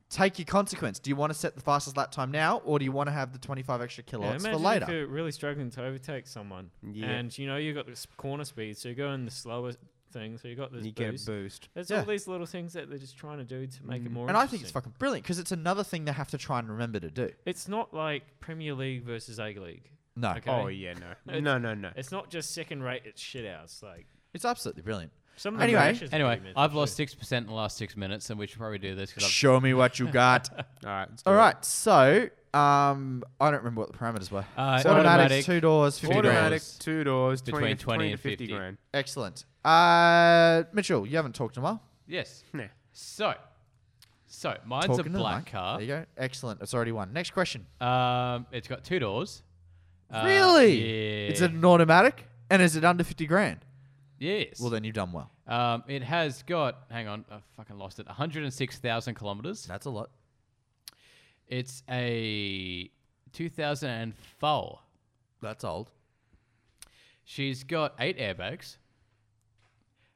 S4: Take your consequence. Do you want to set the fastest lap time now, or do you want to have the 25 extra
S3: Yeah,
S4: kilowatts for
S3: imagine
S4: later?
S3: if you're really struggling to overtake someone,
S5: Yeah.
S3: and you know you got this corner speed, so you go in the slower thing, so you got this
S5: you get a
S3: boost.
S5: boost.
S3: There's
S4: Yeah. Mm.
S3: all these little things that they're just trying to do to make it more.
S4: And I think it's
S3: interesting.
S4: fucking brilliant because it's another thing they have to try and remember to do.
S3: It's not like Premier League versus A League.
S4: No,
S3: Okay.
S5: Oh yeah, no,
S3: It's-
S5: no, no, no.
S3: It's not just second rate. It's shit outs. Like
S4: it's absolutely brilliant.
S3: some of the
S4: Anyway.
S3: crashes are
S2: anyway,
S3: pretty miserable
S2: I've lost
S3: too.
S2: six percent in the last six minutes, and we should probably do this because I've
S4: Show me what you got.
S5: All right, let's do
S4: All
S5: it.
S4: right, so um, I don't remember what the parameters were.
S2: Uh,
S4: Automatic,
S2: automatic,
S4: two doors, 50 grand.
S5: Automatic
S2: dollars.
S5: two doors
S2: Between
S5: 20,
S2: 20
S5: 20
S2: and
S5: to 50
S2: 50.
S5: grand.
S4: Excellent. Uh, Mitchell, you haven't talked in a while.
S2: yes.
S5: Nah.
S2: So, so mine's
S4: Talking to
S2: a
S4: the
S2: black
S4: mic.
S2: car.
S4: There you go. Excellent. It's already one. Next question.
S2: Um, it's got two doors. Uh,
S4: really?
S2: Yeah.
S4: Is it an automatic? And is it under fifty grand?
S2: yes.
S4: Well, then you've done well.
S2: um, it has got. Hang on, I fucking lost it. One hundred and six thousand kilometers.
S4: That's a lot.
S2: It's a two thousand and four.
S4: That's old.
S2: She's got eight airbags,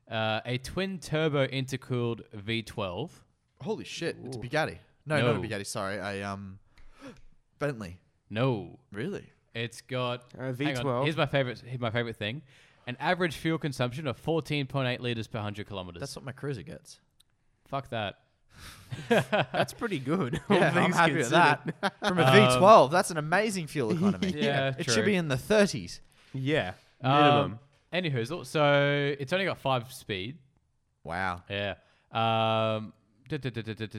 S2: uh, a twin turbo intercooled V12.
S4: Holy shit! It's a Bugatti. No,
S2: No.
S4: not a Bugatti. Sorry, a um, Bentley.
S2: No,
S4: Really?
S2: it's got
S5: Uh,
S2: hang on,
S5: V12.
S2: Here's my favorite. Here's my favorite thing: an average fuel consumption of 14.8 liters per hundred kilometers.
S4: That's what my cruiser gets.
S2: Fuck that.
S5: That's pretty good.
S4: Yeah,
S5: all
S4: I'm
S5: things
S4: happy with that.
S5: considered.
S4: From a V12, that's an amazing fuel economy.
S2: Yeah,
S4: it
S2: true.
S4: should be in the 30s.
S5: Yeah, minimum.
S2: Um, any hoozle. So it's only got five speed.
S4: Wow.
S2: Yeah. Um, da, da, da, da, da, da,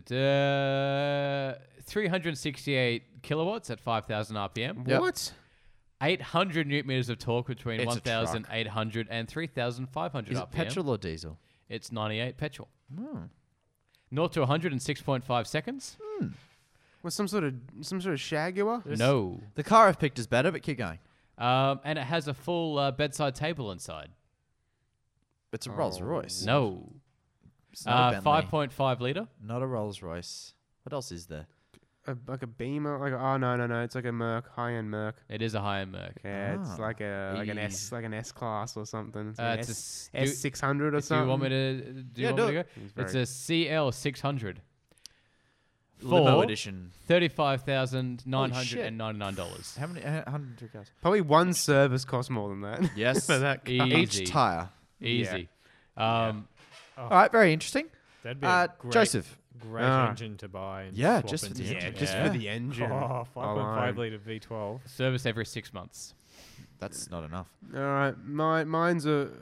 S2: da, 368 kilowatts at 5,000 RPM.
S4: Yep.
S5: What?
S2: 800 newton meters of torque between
S4: It's a truck.
S2: 1,800 and 3,500
S4: Is
S2: RPM.
S4: it petrol Hmm. or diesel?
S2: It's 98 petrol. North to 106.5 seconds.
S4: Hmm.
S5: Was some sort of some sort of shagua?
S2: No.
S4: The car I've picked is better, but keep going.
S2: Um, and it has a full uh, bedside table inside.
S4: It's a Rolls Royce.
S2: No.
S4: It's not a
S2: Uh,
S4: Bentley.
S2: 5.5 liter.
S4: Not a Rolls Royce. What else is there?
S5: A, like a Beamer? Like oh no no no, it's like a Merc, high end Merc.
S2: It is a high end Merc.
S5: Yeah, it's
S4: Ah.
S5: like a like an
S2: E.
S5: S like an S class or something. It's,
S2: Uh,
S5: like an
S2: it's a
S5: S,
S2: s- do-
S5: S six hundred or
S2: Do you
S5: something.
S2: want me to do? You
S4: Yeah,
S2: want
S4: do
S2: me to
S4: it.
S2: go?
S5: He's
S2: It's
S5: very-
S2: a CL six hundred.
S4: Limo
S2: For
S4: edition.
S2: thirty-five thousand nine hundred and ninety-nine dollars.
S4: How many? uh, 100 cars.
S5: Probably one service costs more than that.
S4: Yes.
S5: for that. car.
S2: Easy,
S4: Each tire.
S2: easy. Um,
S4: All right, very interesting.
S3: That'd be a
S4: Uh,
S3: great,
S4: Joseph.
S3: great
S5: Ah.
S3: engine to buy. And
S4: Yeah,
S3: swap
S4: just for
S3: into
S4: the
S3: something
S4: engine.
S5: just
S4: Yeah.
S5: for the engine.
S3: Oh,
S5: alone.
S3: 5.5 litre V12.
S2: service every six months.
S4: That's not enough.
S5: All right, my mine's a uh,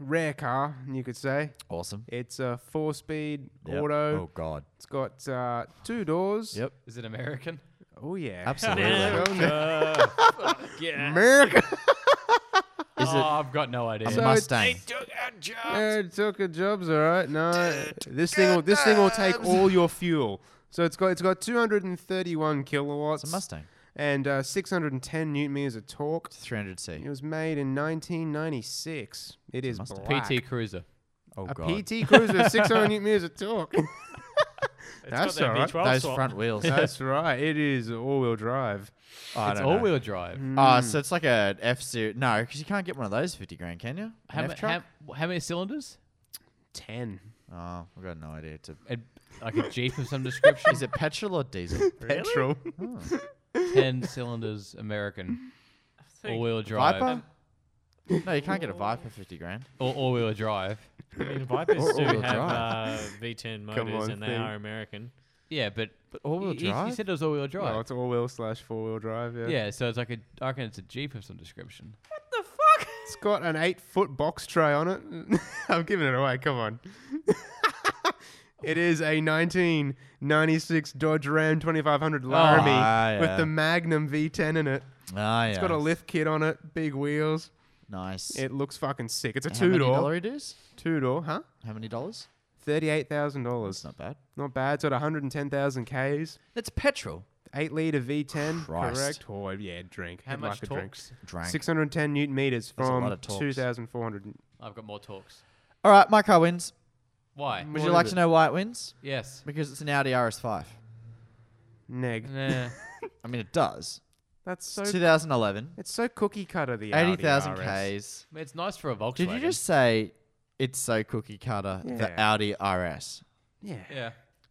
S5: rare car, you could say.
S4: Awesome.
S5: It's a four-speed
S4: Yep.
S5: auto.
S4: Oh, God.
S5: It's got uh, two doors.
S4: Yep.
S2: Is it American?
S5: Oh yeah.
S4: Absolutely.
S3: yeah.
S5: America.
S4: Is
S2: oh,
S4: it
S2: I've got no idea.
S4: a
S5: So it's-
S4: Mustang?
S5: Yeah, it took a jobs, all right. No, this thing will this thing will take all your fuel. So it's got it's got 231 kilowatts
S4: It's a Mustang.
S5: and uh, 610 newton meters of torque.
S4: It's 300C.
S5: It was made in 1996. It is
S4: Mustang.
S5: black.
S2: PT Cruiser.
S4: Oh,
S5: a
S4: God.
S5: PT Cruiser, 600 newton meters of torque. That's
S3: got
S5: alright.
S3: that V12
S4: Those
S3: swap.
S4: front wheels.
S5: That's right. It is all-wheel drive.
S4: I
S2: it's
S4: don't know.
S2: all wheel drive.
S4: Ah, so it's like a F series. No, because you can't get one of those fifty grand, can you?
S2: How,
S4: An
S2: ma-
S4: F truck.
S2: how- how many cylinders?
S5: Ten.
S4: Oh, I've got no idea. It's a-
S2: A, like a Jeep of some description?
S4: is it petrol or diesel?
S5: Petrol.
S2: 10 cylinders American. All wheel drive.
S4: Viper. No, you can't get a Viper fifty grand.
S2: Or all wheel drive.
S3: I mean, Vipers
S4: Or
S3: do
S4: all-wheel
S3: have uh, V10
S5: Come
S3: motors,
S5: on,
S3: and they
S5: think.
S3: are American.
S2: Yeah, but.
S4: But all-wheel
S2: he- he- He
S4: drive?
S2: said it was all wheel drive.
S5: Well, it's all-wheel slash four-wheel drive. Yeah.
S2: yeah, so it's like a. I reckon it's a Jeep of some description.
S5: It's got an eight-foot box tray on it. I'm giving it away. Come on. it is a 1996 Dodge Ram 2500 Laramie
S4: Ah, yeah.
S5: with the Magnum V10 in it.
S4: Ah, yeah.
S5: It's got a lift kit on it, big wheels.
S4: Nice.
S5: It looks fucking sick. It's a
S4: How many
S5: two-door.
S4: dollar it is?
S5: Two-door, huh?
S4: How many dollars?
S5: Thirty-eight thousand dollars.
S4: It's not bad.
S5: Not bad. It's got 110,000 Ks.
S4: That's petrol.
S5: Eight liter V10.
S4: Christ.
S5: Correct. Oh yeah, drink.
S2: How
S5: He'd
S2: much
S5: like a drink.
S2: torques?
S4: Drank.
S5: 610 newton meters
S4: That's a lot
S5: from
S4: of torques.
S5: 2,400.
S2: I've got more talks.
S4: All right, my car wins.
S2: Why?
S4: Would
S5: What
S4: you
S5: is
S4: like
S5: it?
S4: to know why it wins?
S2: Yes.
S4: Because it's an Audi RS5.
S5: Neg.
S2: Nah.
S4: I mean, it does.
S5: That's so.
S4: It's 2011.
S5: it's so cookie cutter. The Audi
S4: 80,000
S5: RS.
S4: Ks.
S2: It's nice for a Volkswagen.
S4: Did you just say it's so cookie cutter, the
S5: Yeah.
S4: Audi RS?
S5: Yeah.
S2: Yeah.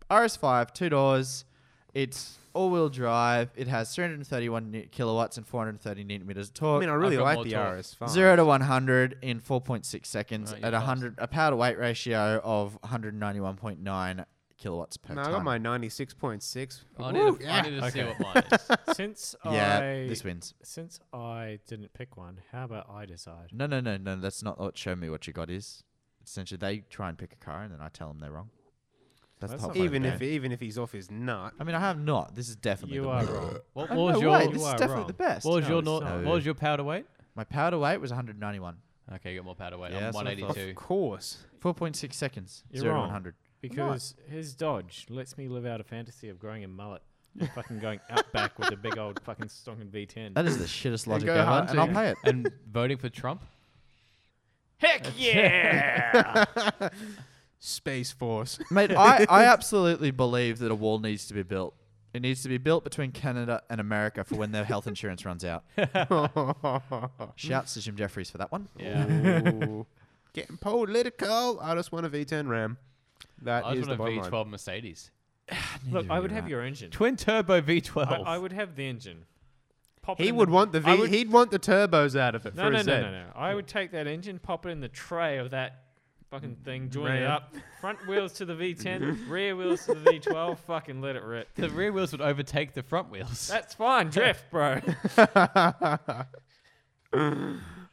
S4: RS5, two doors. It's all wheel drive. It has 331 nu- kilowatts and 430 newton meters of
S5: I
S4: torque.
S5: mean, I really
S2: got
S5: like
S2: more
S5: the
S2: torque.
S5: RS5.
S4: Zero to 100 in 4.6 seconds
S3: Oh,
S2: Right, you're
S4: at a
S2: fast.
S4: 100, a power to weight ratio of 191.9 kilowatts per
S5: No, I
S4: ton.
S5: got my 96.6.
S2: I need,
S5: Woo,
S2: to,
S5: yeah.
S2: I need to see what mine is.
S3: Since
S4: Yeah,
S3: I
S4: this wins.
S3: since I didn't pick one, how about I decide?
S4: No, no, no, no. That's not what show me what you got is. Essentially, they try and pick a car and then I tell them they're wrong. That's, the
S3: That's
S4: whole
S3: not
S4: point of
S5: Even
S4: the
S5: if
S4: game.
S5: even if he's off his nut.
S4: I mean, I have not. This is definitely
S3: You
S4: the
S3: are
S4: winner.
S3: wrong.
S2: What,
S4: Oh,
S2: what was
S4: no
S2: your
S4: way. This
S3: you
S4: is
S3: are
S4: definitely
S3: wrong.
S4: the best.
S2: what was
S3: No,
S2: your
S3: it's
S2: nor-
S3: not.
S2: what was your power to weight?
S4: My power to weight was 191.
S2: Okay, you got more power to weight.
S4: Yeah,
S2: I'm
S4: that's what I thought.
S2: 182.
S5: Of course.
S4: 4.6 seconds.
S3: You're
S4: zero to
S3: wrong.
S4: 100.
S3: Because his Dodge lets me live out a fantasy of growing a mullet, and fucking going out back with a big old fucking stonking V10.
S4: That is the shittest logic
S5: go
S4: ever, and I'll
S5: hunting.
S4: pay it.
S2: and voting for Trump?
S3: Heck yeah!
S5: Space Force.
S4: Mate, I, I absolutely believe that a wall needs to be built. It needs to be built between Canada and America for when their health insurance runs out. Shouts to Jim Jeffries for that one.
S2: Yeah.
S5: Ooh. Getting political. I just want a V10 Ram. That
S2: I
S5: is
S2: was
S5: the
S2: on a V12
S5: bottom line.
S2: Mercedes.
S3: Look,
S4: Neither
S3: I
S4: of
S3: would
S4: you
S3: have
S4: are.
S3: your engine.
S2: Twin turbo V12.
S3: I, I would have the engine. Pop it
S5: He
S3: in
S5: would
S3: the-
S5: want the
S3: I
S5: V.
S3: would-
S5: He'd want the turbos out of it.
S3: No,
S5: for
S3: no,
S5: his
S3: no,
S5: Zed.
S3: no, no. I would take that engine, pop it in the tray of that fucking thing, join it
S5: Ram.
S3: up. Front wheels to the V10, rear wheels to the V12. Fucking let it rip.
S2: the rear wheels would overtake the front wheels.
S3: That's fine, drift, bro.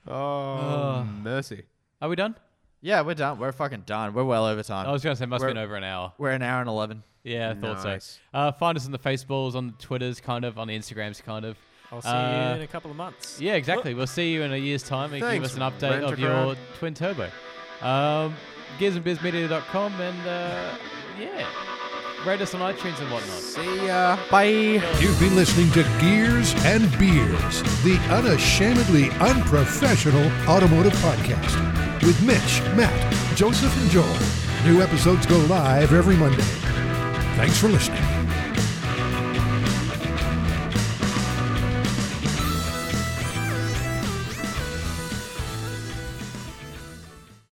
S5: Oh, mercy.
S2: Are we done?
S4: Yeah, we're done. We're fucking done. We're well over time.
S2: I was going to say, must have
S4: Uh, We're-
S2: been over an hour.
S4: We're an hour and 11.
S2: Yeah, I thought
S5: Nice.
S2: so. Uh, find us on the Facebooks, on the Twitters, kind of, on the Instagrams, kind of.
S3: I'll see
S2: Uh,
S3: you in a couple of months.
S2: Yeah, exactly. We'll see you in a year's time and give
S5: Thanks,
S2: us an update of your
S5: Rent-A-Crab.
S2: twin turbo. Um, gearsandbizmedia.com and uh, yeah, rate us on iTunes and whatnot.
S5: See ya.
S4: Bye.
S1: You've been listening to Gears and Beers, the unashamedly unprofessional automotive podcast with Mitch, Matt, Joseph, and Joel. New episodes go live every Monday. Thanks for listening.